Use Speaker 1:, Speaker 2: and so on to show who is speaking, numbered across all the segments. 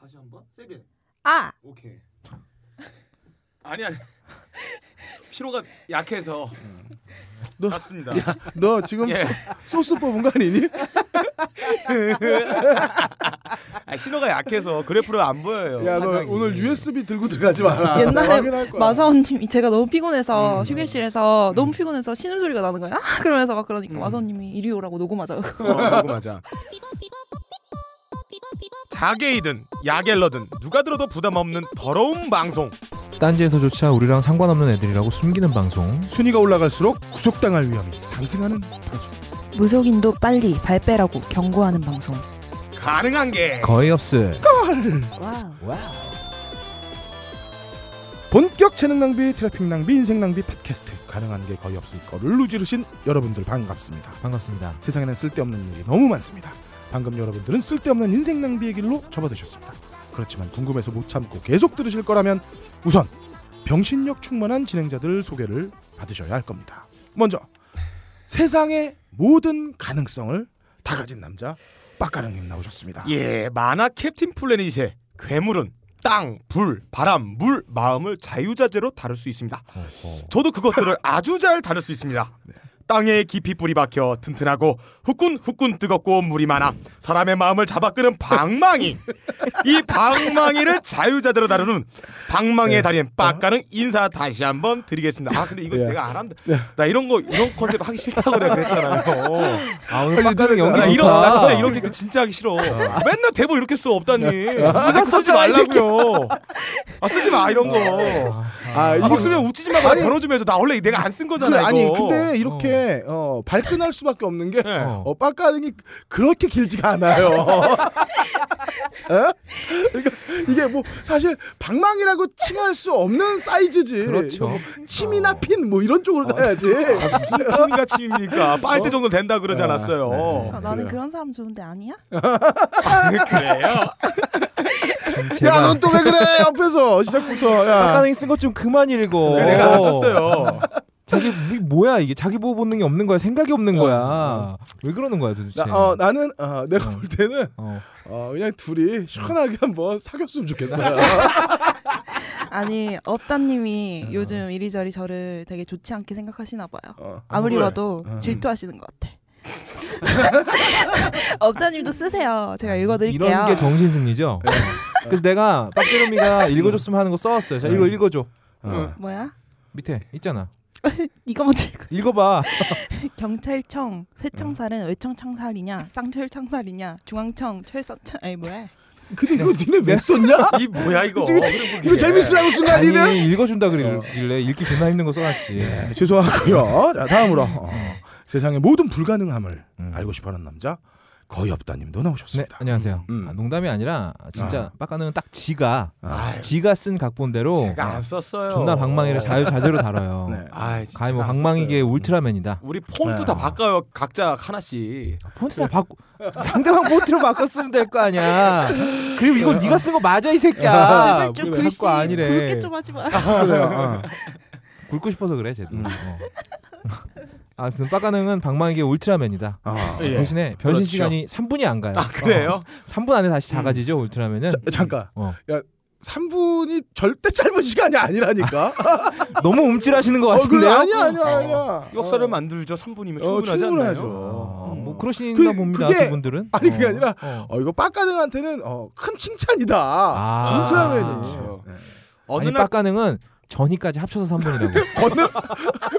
Speaker 1: 다시 한번 세게.
Speaker 2: 아
Speaker 1: 오케이.
Speaker 3: 아니 아니 피로가 약해서
Speaker 4: 너-
Speaker 3: 맞습니다.
Speaker 4: 너 지금
Speaker 3: 예.
Speaker 4: 소스 뽑은 거 아니니?
Speaker 3: 아, 신호가 약해서 그래프로 안 보여요.
Speaker 4: 야 너
Speaker 3: 화장이.
Speaker 4: 오늘 USB 들고 들어가지 마라.
Speaker 2: 옛날에
Speaker 4: 확인할 거야.
Speaker 2: 마사오님이 제가 너무 피곤해서 휴게실에서 너무 피곤해서 신음 소리가 나는 거야 그러면서 막 그러니까 마사오님이 이리 오라고 녹음하자
Speaker 3: 어, 맞아. 자게이든 야겔러든 누가 들어도 부담 없는 더러운 방송.
Speaker 5: 딴지에서조차 우리랑 상관없는 애들이라고 숨기는 방송
Speaker 4: 순위가 올라갈수록 구속당할 위험이 상승하는 방송.
Speaker 2: 무속인도 빨리 발 빼라고 경고하는 방송
Speaker 3: 가능한 게
Speaker 5: 거의 없을
Speaker 2: 와우
Speaker 4: 본격 재능 낭비, 트래핑 낭비, 인생 낭비 팟캐스트 가능한 게 거의 없을 거를 루지르신 여러분들 반갑습니다.
Speaker 5: 반갑습니다.
Speaker 4: 세상에는 쓸데없는 일이 너무 많습니다. 방금 여러분들은 쓸데없는 인생 낭비의 길로 접어드셨습니다. 그렇지만 궁금해서 못 참고 계속 들으실 거라면 우선 병신력 충만한 진행자들 소개를 받으셔야 할 겁니다. 먼저 세상의 모든 가능성을 다 가진 남자 빡가능님 나오셨습니다.
Speaker 3: 예 만화 캡틴 플래닛의 괴물은 땅, 불, 바람, 물, 마음을 자유자재로 다룰 수 있습니다. 저도 그것들을 아주 잘 다룰 수 있습니다. 땅에 깊이 뿌리 박혀 튼튼하고 후끈 후끈 뜨겁고 물이 많아 사람의 마음을 잡아끄는 방망이 이 방망이를 자유자재로 다루는 방망이의 달인 빡가는 인사 다시 한번 드리겠습니다. 아 근데 이거
Speaker 4: 예.
Speaker 3: 내가 안 한다. 나 이런 거 이런 컨셉 하기 싫다고 내가 그랬잖아요.
Speaker 5: 아 오늘 빡가는 연기
Speaker 3: 나
Speaker 5: 좋다.
Speaker 3: 이런 나 진짜 이런 게 진짜 하기 싫어. 맨날 대본 이렇게 써 없다니. 아, 쓰지 말라고요. 아 쓰지 마 이런 거.
Speaker 4: 아,
Speaker 3: 아, 막 쓰면 웃지 말고 나 벌어 좀 해줘. 나 원래 내가 안 쓴
Speaker 4: 근데
Speaker 3: 거잖아 이거.
Speaker 4: 그 아니 근데 이렇게 어, 발끈할 수밖에 없는 게
Speaker 3: 네.
Speaker 4: 어, 빡가능이 그렇게 길지가 않아요. 에? 그러니까 이게 뭐 사실 방망이라고 칭할 수 없는 사이즈지.
Speaker 5: 그렇죠.
Speaker 4: 이거 뭐 침이나 핀 뭐 이런 쪽으로 가야지.
Speaker 3: 무슨 가 침입니까? 빨대 정도 된다 그러지 않았어요.
Speaker 2: 그러니까 나는 그런 사람 좋은데 아니야?
Speaker 3: 그래요?
Speaker 4: 야,
Speaker 5: 제가
Speaker 4: 넌 또 왜 그래? 옆에서 시작부터. 야.
Speaker 5: 빡가는 쓴 것 좀 그만 읽어.
Speaker 3: 네, 내가 안 썼어요.
Speaker 5: 자기 미- 뭐야 이게 자기 보호 본능이 없는 거야 생각이 없는
Speaker 3: 어,
Speaker 5: 거야. 왜 그러는 거야 도대체?
Speaker 4: 나, 어, 나는 어, 내가 볼 때는
Speaker 5: 어.
Speaker 4: 어, 그냥 둘이 시원하게 한번 사귀었으면 좋겠어요.
Speaker 2: 아니 업다님이 요즘 이리저리 저를 되게 좋지 않게 생각하시나 봐요.
Speaker 4: 어.
Speaker 2: 아무리
Speaker 3: 왜?
Speaker 2: 봐도 질투하시는 것 같아. 업다님도 쓰세요. 제가 읽어드릴게요.
Speaker 5: 음, 이런 게 정신 승리죠.
Speaker 3: 네.
Speaker 5: 그래서 내가 빡지름이가 읽어줬으면 하는 거 써왔어요.
Speaker 3: 네.
Speaker 5: 자 이거 읽어줘.
Speaker 4: 어.
Speaker 2: 뭐야?
Speaker 5: 밑에 있잖아.
Speaker 2: 이거 먼저 읽어.
Speaker 5: 읽어봐.
Speaker 2: 경찰청 세청살은 외청 창살이냐, 쌍철 창살이냐, 중앙청 철사 창 아니 뭐야?
Speaker 4: 근데 이거 니네 왜 썼냐?
Speaker 3: 이 뭐야 이거? 예.
Speaker 4: 이거 재밌으라고 쓴 거 아니네?
Speaker 5: 아니 읽어준다 그러길래 읽기 존나 힘든 거 써놨지.
Speaker 4: 예, 죄송하고요. 자, 다음으로 어, 세상의 모든 불가능함을
Speaker 5: 음.
Speaker 4: 알고 싶어하는 남자 거의 없다님도
Speaker 5: 네,
Speaker 4: 나오셨습니다.
Speaker 5: 안녕하세요.
Speaker 4: 음.
Speaker 5: 아, 농담이 아니라 진짜 빡가는 딱 지가
Speaker 4: 아,
Speaker 5: 지가 쓴 각본대로
Speaker 3: 제가 안 썼어요.
Speaker 5: 어. 존나 방망이를 자유자재로 다뤄요.
Speaker 4: 네.
Speaker 3: 아, 진짜
Speaker 5: 가히 뭐
Speaker 3: 안 썼어요. 음.
Speaker 5: 방망이계 울트라맨이다.
Speaker 3: 우리 폰트
Speaker 4: 네.
Speaker 3: 다 바꿔요. 각자 하나씩.
Speaker 5: 폰트 다 어, 바꾸 상대방 폰트로 바꿨으면 될 거 아니야. 그리고 이거 네가 쓴 거 맞아 이 새끼야.
Speaker 2: 제발 좀
Speaker 5: 우리가
Speaker 2: 글씨
Speaker 5: 할거 아니래.
Speaker 2: 굵게 좀 하지 마.
Speaker 4: 그래요. 어.
Speaker 5: 굵고 싶어서 그래 쟤도. 어. 아무튼 빡가능은 방망이계 울트라맨이다.
Speaker 4: 아.
Speaker 3: 예.
Speaker 5: 대신에 변신
Speaker 3: 그렇죠.
Speaker 5: 시간이 3분이 안 가요.
Speaker 3: 아 그래요?
Speaker 5: 어, 3분 안에 다시 작아지죠 울트라맨은.
Speaker 3: 예.
Speaker 4: 자, 잠깐.
Speaker 5: 어.
Speaker 4: 야, 3분이 절대 짧은 시간이 아니라니까.
Speaker 5: 너무 움찔하시는 것
Speaker 4: 어, 그래
Speaker 5: 같은데요.
Speaker 4: 아니야 아니야 아니야.
Speaker 3: 어, 역사를 만들죠. 3분이면
Speaker 4: 어,
Speaker 3: 충분하지
Speaker 4: 충분하죠.
Speaker 3: 않나요? 음.
Speaker 5: 어, 뭐
Speaker 4: 그-
Speaker 5: 그러시나 봅니다.
Speaker 4: 그게-
Speaker 5: 그분들은.
Speaker 4: 아니, 그게 아니라
Speaker 5: 어.
Speaker 4: 어, 이거 빡가능한테는 어, 큰 칭찬이다.
Speaker 5: 아.
Speaker 4: 울트라맨이.
Speaker 3: 그렇죠.
Speaker 4: 네.
Speaker 3: 어느
Speaker 5: 아니
Speaker 3: 날
Speaker 5: 빡가능은 전이까지 합쳐서 3분이라고.
Speaker 4: 벗는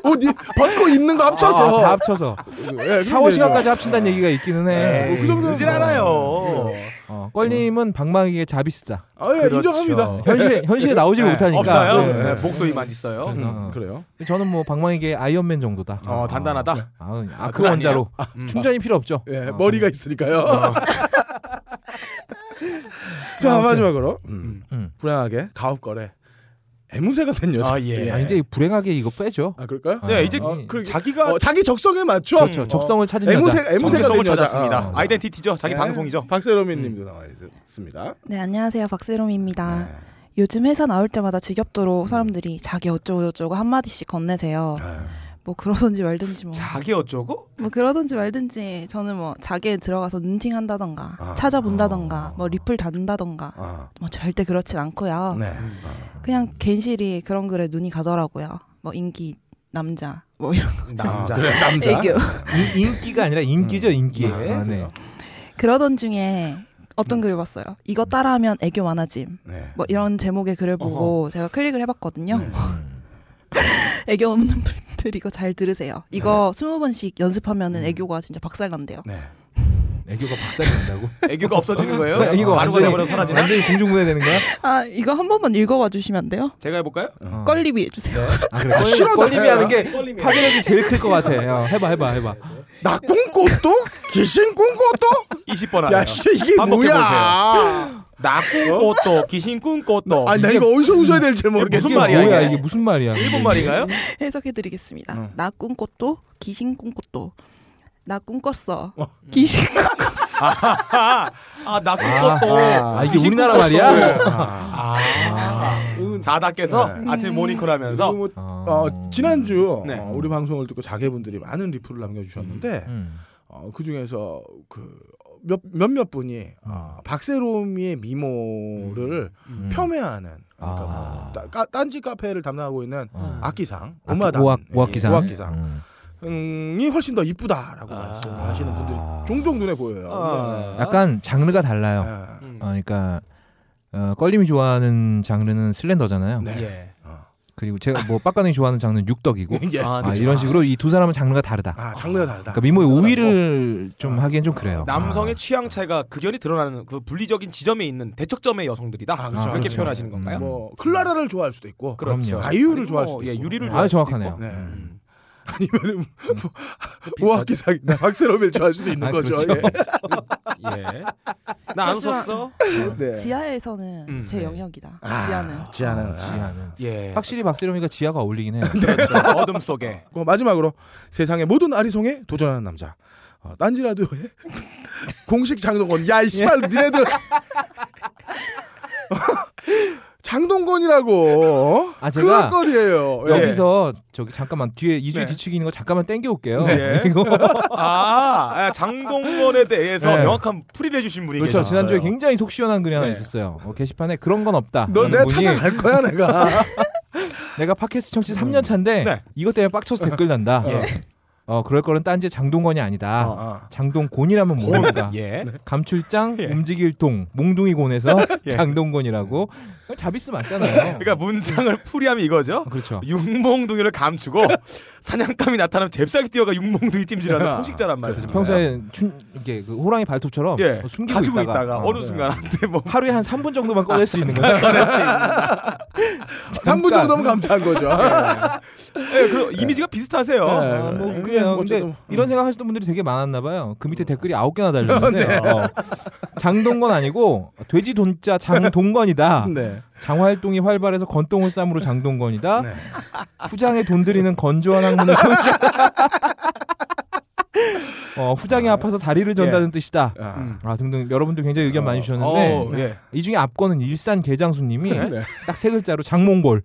Speaker 4: 옷 입- 어, 벗고 입는 거 합쳐서.
Speaker 5: 아, 다 합쳐서
Speaker 4: 예,
Speaker 5: 샤워
Speaker 4: 근데
Speaker 5: 시간까지 합친다는 얘기가 있기는 해.
Speaker 4: 어, 그 정도는
Speaker 3: 네. 그러진
Speaker 4: 뭐. 음.
Speaker 3: 않아요.
Speaker 5: 어, 껄님은 방망이의 자비스다.
Speaker 4: 아, 예,
Speaker 3: 그렇죠.
Speaker 4: 인정합니다.
Speaker 5: 현실에 현실에 나오질
Speaker 3: 네,
Speaker 5: 못하니까.
Speaker 3: 없어요.
Speaker 5: 네.
Speaker 3: 네, 목소리만 있어요.
Speaker 5: 그래서,
Speaker 4: 음, 그래요.
Speaker 5: 저는 뭐 방망이의 아이언맨 정도다.
Speaker 3: 어 단단하다.
Speaker 5: 아, 아, 그
Speaker 3: 그건
Speaker 5: 원자로
Speaker 3: 음.
Speaker 5: 충전이 필요 없죠.
Speaker 4: 예,
Speaker 5: 어,
Speaker 4: 머리가 있으니까요. 자
Speaker 5: 아무튼.
Speaker 4: 마지막으로
Speaker 3: 음.
Speaker 4: 음.
Speaker 5: 음.
Speaker 4: 불행하게 가업거래 애무새가 된 여자.
Speaker 3: 아, 예.
Speaker 5: 아, 이제 불행하게 이거 빼죠.
Speaker 4: 아 그럴까요?
Speaker 3: 네, 이제
Speaker 5: 아,
Speaker 4: 그-
Speaker 3: 자기가
Speaker 4: 어, 자기 적성에 맞춰
Speaker 5: 그렇죠.
Speaker 4: 어,
Speaker 5: 적성을 찾은
Speaker 4: 애무새
Speaker 5: 여자.
Speaker 4: 애무새가
Speaker 3: 정체성을
Speaker 4: 된 여자.
Speaker 3: 찾았습니다. 네.
Speaker 4: 어.
Speaker 3: 아이덴티티죠. 자기
Speaker 4: 예,
Speaker 3: 방송이죠.
Speaker 4: 박세롬이님도 나와 있습니다.
Speaker 2: 네 안녕하세요 박세롬입니다.
Speaker 4: 네.
Speaker 2: 요즘 회사 나올 때마다 지겹도록 사람들이 자기 어쩌고저쩌고 한마디씩 건네세요.
Speaker 4: 아,
Speaker 2: 뭐 그러든지 말든지 뭐.
Speaker 3: 자기 어쩌고?
Speaker 2: 뭐 그러든지 말든지 저는 뭐 자기에 들어가서 눈팅한다던가
Speaker 4: 아.
Speaker 2: 찾아본다던가
Speaker 4: 어.
Speaker 2: 뭐 리플 단다던가
Speaker 4: 아,
Speaker 2: 뭐 절대 그렇진
Speaker 6: 아.
Speaker 2: 않고요.
Speaker 4: 네.
Speaker 2: 그냥 괜시리 그런 글에 눈이 가더라고요. 뭐 인기 남자 뭐 이런
Speaker 3: 남자.
Speaker 4: 아, 그래, 남자.
Speaker 2: 애교
Speaker 5: 인- 인기가 아니라 인기죠 인기.
Speaker 4: 아, 네.
Speaker 2: 그러던 중에 어떤 글을 봤어요. 이거 따라하면 애교 많아짐.
Speaker 4: 네.
Speaker 2: 뭐 이런 제목의 글을 보고 제가 클릭을 해봤거든요.
Speaker 4: 네.
Speaker 5: 음.
Speaker 2: 애교 없는 분들 이거 잘 들으세요. 이거 스무 번씩
Speaker 4: 음.
Speaker 2: 연습하면은 애교가 진짜 박살난대요.
Speaker 4: 네.
Speaker 5: 애교가 박살난다고?
Speaker 3: 애교가 없어지는 거예요?
Speaker 5: 네, 애교가
Speaker 3: 바로
Speaker 5: 완전히-
Speaker 3: 버려 아, 사라지나?
Speaker 5: 완전히 공중분해 되는 거야?
Speaker 2: 아 이거 한 번만 읽어봐 주시면 안 돼요?
Speaker 3: 제가 해볼까요?
Speaker 5: 어.
Speaker 2: 껄리비 해주세요.
Speaker 4: 네.
Speaker 5: 아, 그래.
Speaker 4: 싫어,
Speaker 5: 껄림- 껄림이 하는 게
Speaker 3: 껄림이.
Speaker 5: 파괴력이 제일 클 것 같아. 어, 해봐 해봐 해봐.
Speaker 4: 나 꿈꽃도 귀신 꿈꽃도
Speaker 3: 20번 하네요.
Speaker 4: 야, 씨 이게
Speaker 3: 아, 반복해
Speaker 4: 뭐야?
Speaker 3: 나 꿈꽃도 귀신 꿈꽃도
Speaker 4: 아니 나 이거 어디서 웃어야 될지 모르겠어.
Speaker 3: 무슨 말이야,
Speaker 5: 뭐야
Speaker 3: 이게?
Speaker 5: 이게 무슨 말이야?
Speaker 3: 일본 말인가요?
Speaker 2: 해석해드리겠습니다.
Speaker 4: 응.
Speaker 2: 나 꿈꽃도 귀신 꿈꽃도 나 꿈꿨어 귀신
Speaker 3: 아나 꿈꿨고
Speaker 5: 아, 이게 우리나라
Speaker 4: 네.
Speaker 5: 말이야?
Speaker 3: 아, 자다께서
Speaker 4: 네.
Speaker 3: 아침 모닝콜 하면서
Speaker 4: 그래서 뭐,
Speaker 5: 어.
Speaker 4: 어, 지난주
Speaker 3: 네.
Speaker 4: 어, 우리 방송을 듣고 자개분들이 많은 리플을 남겨주셨는데
Speaker 5: 음.
Speaker 4: 어, 그 중에서 그 몇, 몇몇 분이 어, 박세롬이의 미모를
Speaker 5: 음.
Speaker 4: 폄훼하는 그러니까
Speaker 5: 아.
Speaker 4: 뭐 따- 까- 딴지 카페를 담당하고 있는
Speaker 5: 어.
Speaker 4: 악기상,
Speaker 5: 악기-
Speaker 4: 엄마당,
Speaker 5: 오악 오악기상.
Speaker 4: 예, 오악기상
Speaker 5: 음.
Speaker 4: 이 훨씬 더 이쁘다라고
Speaker 3: 아.
Speaker 4: 말씀- 하시는 분들이 종종 눈에 보여요.
Speaker 3: 아.
Speaker 4: 네.
Speaker 5: 약간 장르가 달라요.
Speaker 4: 아.
Speaker 3: 음.
Speaker 5: 어, 그러니까 어, 껄림이 좋아하는 장르는 슬렌더잖아요.
Speaker 4: 네.
Speaker 3: 예.
Speaker 5: 그리고 제가 뭐 빡가능이 좋아하는 장르는 육덕이고
Speaker 4: 이제
Speaker 3: 아,
Speaker 5: 아,
Speaker 3: 그쵸.
Speaker 5: 이런 식으로 이 두 사람은 장르가 다르다.
Speaker 4: 아 장르가 다르다.
Speaker 5: 그러니까 미모의 우위를 좀 하기엔 좀 그래요.
Speaker 3: 남성의 취향 차이가 극연히 드러나는 그 분리적인 지점에 있는 대척점의 여성들이다.
Speaker 4: 아,
Speaker 3: 그렇게
Speaker 4: 그렇죠.
Speaker 5: 그렇죠.
Speaker 3: 표현하시는 건가요?
Speaker 5: 음. 뭐,
Speaker 4: 뭐 클라라를 좋아할 수도 있고,
Speaker 5: 그럼요.
Speaker 4: 아이유를
Speaker 3: 아니면
Speaker 4: 좋아할
Speaker 3: 뭐,
Speaker 4: 수도
Speaker 3: 예,
Speaker 4: 있고.
Speaker 3: 유리를
Speaker 5: 아
Speaker 3: 좋아할 수도
Speaker 5: 정확하네요.
Speaker 3: 있고.
Speaker 4: 네.
Speaker 5: 음.
Speaker 4: 아니면 우아기상 박세롬을 좋아할 수도 있는
Speaker 5: 아,
Speaker 4: 거죠.
Speaker 5: 그렇죠.
Speaker 4: 예.
Speaker 3: 예. 나 안
Speaker 2: 하지만-
Speaker 3: 웃었어.
Speaker 4: 네.
Speaker 2: 지하에서는
Speaker 3: 음,
Speaker 2: 제
Speaker 5: 네.
Speaker 2: 영역이다
Speaker 4: 아,
Speaker 2: 지하는
Speaker 4: 지하는
Speaker 5: 지하는
Speaker 3: 예.
Speaker 5: 확실히 박세롬이가 지하가 어울리긴 해요.
Speaker 3: 그렇죠. 어둠 속에.
Speaker 4: 그리고 마지막으로 세상의 모든 아리송에 도전하는 남자. 어, 딴지라디오의 공식 장동건. 야, 이씨발, 니네들. 장동건이라고. 어?
Speaker 5: 아,
Speaker 4: 그럴
Speaker 5: 제가
Speaker 4: 거리예요. 예.
Speaker 5: 어, 여기서 저기 잠깐만 뒤에 이주의
Speaker 3: 네.
Speaker 5: 뒤치기 있는 거 잠깐만 땡겨 올게요. 예.
Speaker 3: 네.
Speaker 5: 이거
Speaker 3: 아, 장동건에 대해서
Speaker 5: 네.
Speaker 3: 명확한 풀이를 해주신 분이
Speaker 5: 그렇죠.
Speaker 3: 계셨어요.
Speaker 5: 지난주에 굉장히 속 시원한 글이 하나
Speaker 3: 네.
Speaker 5: 있었어요. 어, 게시판에 그런 건 없다.
Speaker 4: 너
Speaker 5: 라는
Speaker 4: 내가
Speaker 5: 분이
Speaker 4: 찾아갈 거야, 내가.
Speaker 5: 내가 팟캐스트 청취 3년 차인데
Speaker 3: 네.
Speaker 5: 이것 때문에 빡쳐서 댓글 난다.
Speaker 3: 예.
Speaker 5: 어 그럴 거는 딴지 장동건이 아니다.
Speaker 4: 어.
Speaker 5: 장동곤이라면
Speaker 3: 곤.
Speaker 5: 모른다. 네.
Speaker 3: 예.
Speaker 5: 감출장
Speaker 3: 예.
Speaker 5: 움직일 동 몽둥이곤에서
Speaker 3: 예.
Speaker 5: 장동건이라고 자비스 맞잖아요.
Speaker 3: 그러니까 문장을 풀이하면 이거죠.
Speaker 5: 아, 그렇죠.
Speaker 3: 육몽둥이를 감추고 사냥감이 나타나면 잽싸게 뛰어가 육몽둥이
Speaker 5: 네.
Speaker 3: 찜질하는
Speaker 5: 아,
Speaker 3: 포식자란 말이죠.
Speaker 5: 그 평소에 춘 이게 그 호랑이 발톱처럼
Speaker 3: 네. 예.
Speaker 5: 어, 숨기고
Speaker 3: 가지고
Speaker 5: 있다가,
Speaker 3: 있다가,
Speaker 5: 어,
Speaker 3: 어느 순간 네. 한테 뭐
Speaker 5: 하루에 한 3분 정도만 꺼낼 수 있는 거죠.
Speaker 4: 3분 정도면 감사한 거죠.
Speaker 3: 예, 그 이미지가 비슷하세요.
Speaker 4: 네.
Speaker 5: 아, 뭐
Speaker 4: 네.
Speaker 5: 그냥
Speaker 4: 뭐
Speaker 5: 근데
Speaker 4: 어쨌든.
Speaker 5: 이런
Speaker 3: 음.
Speaker 5: 생각하시는 분들이 되게 많았나 봐요. 그 밑에 댓글이 아홉 개나 달렸는데
Speaker 3: 네.
Speaker 5: 어, 장동건 아니고 돼지 돈자 장동건이다.
Speaker 4: 네.
Speaker 5: 장활동이 활발해서 건똥을 쌈으로 장동건이다.
Speaker 3: 네.
Speaker 5: 후장에 돈 들이는 건조한 학문을 소유자. 어, 후장이 아파서 다리를 전다는 뜻이다.
Speaker 4: 아.
Speaker 5: 아 등등 여러분들 굉장히 의견 많이 주셨는데
Speaker 3: 예.
Speaker 5: 네.
Speaker 3: 어우, 예.
Speaker 5: 이 중에 앞거는 일산 개장수님이
Speaker 4: 네.
Speaker 5: 딱 세 글자로 장몽골.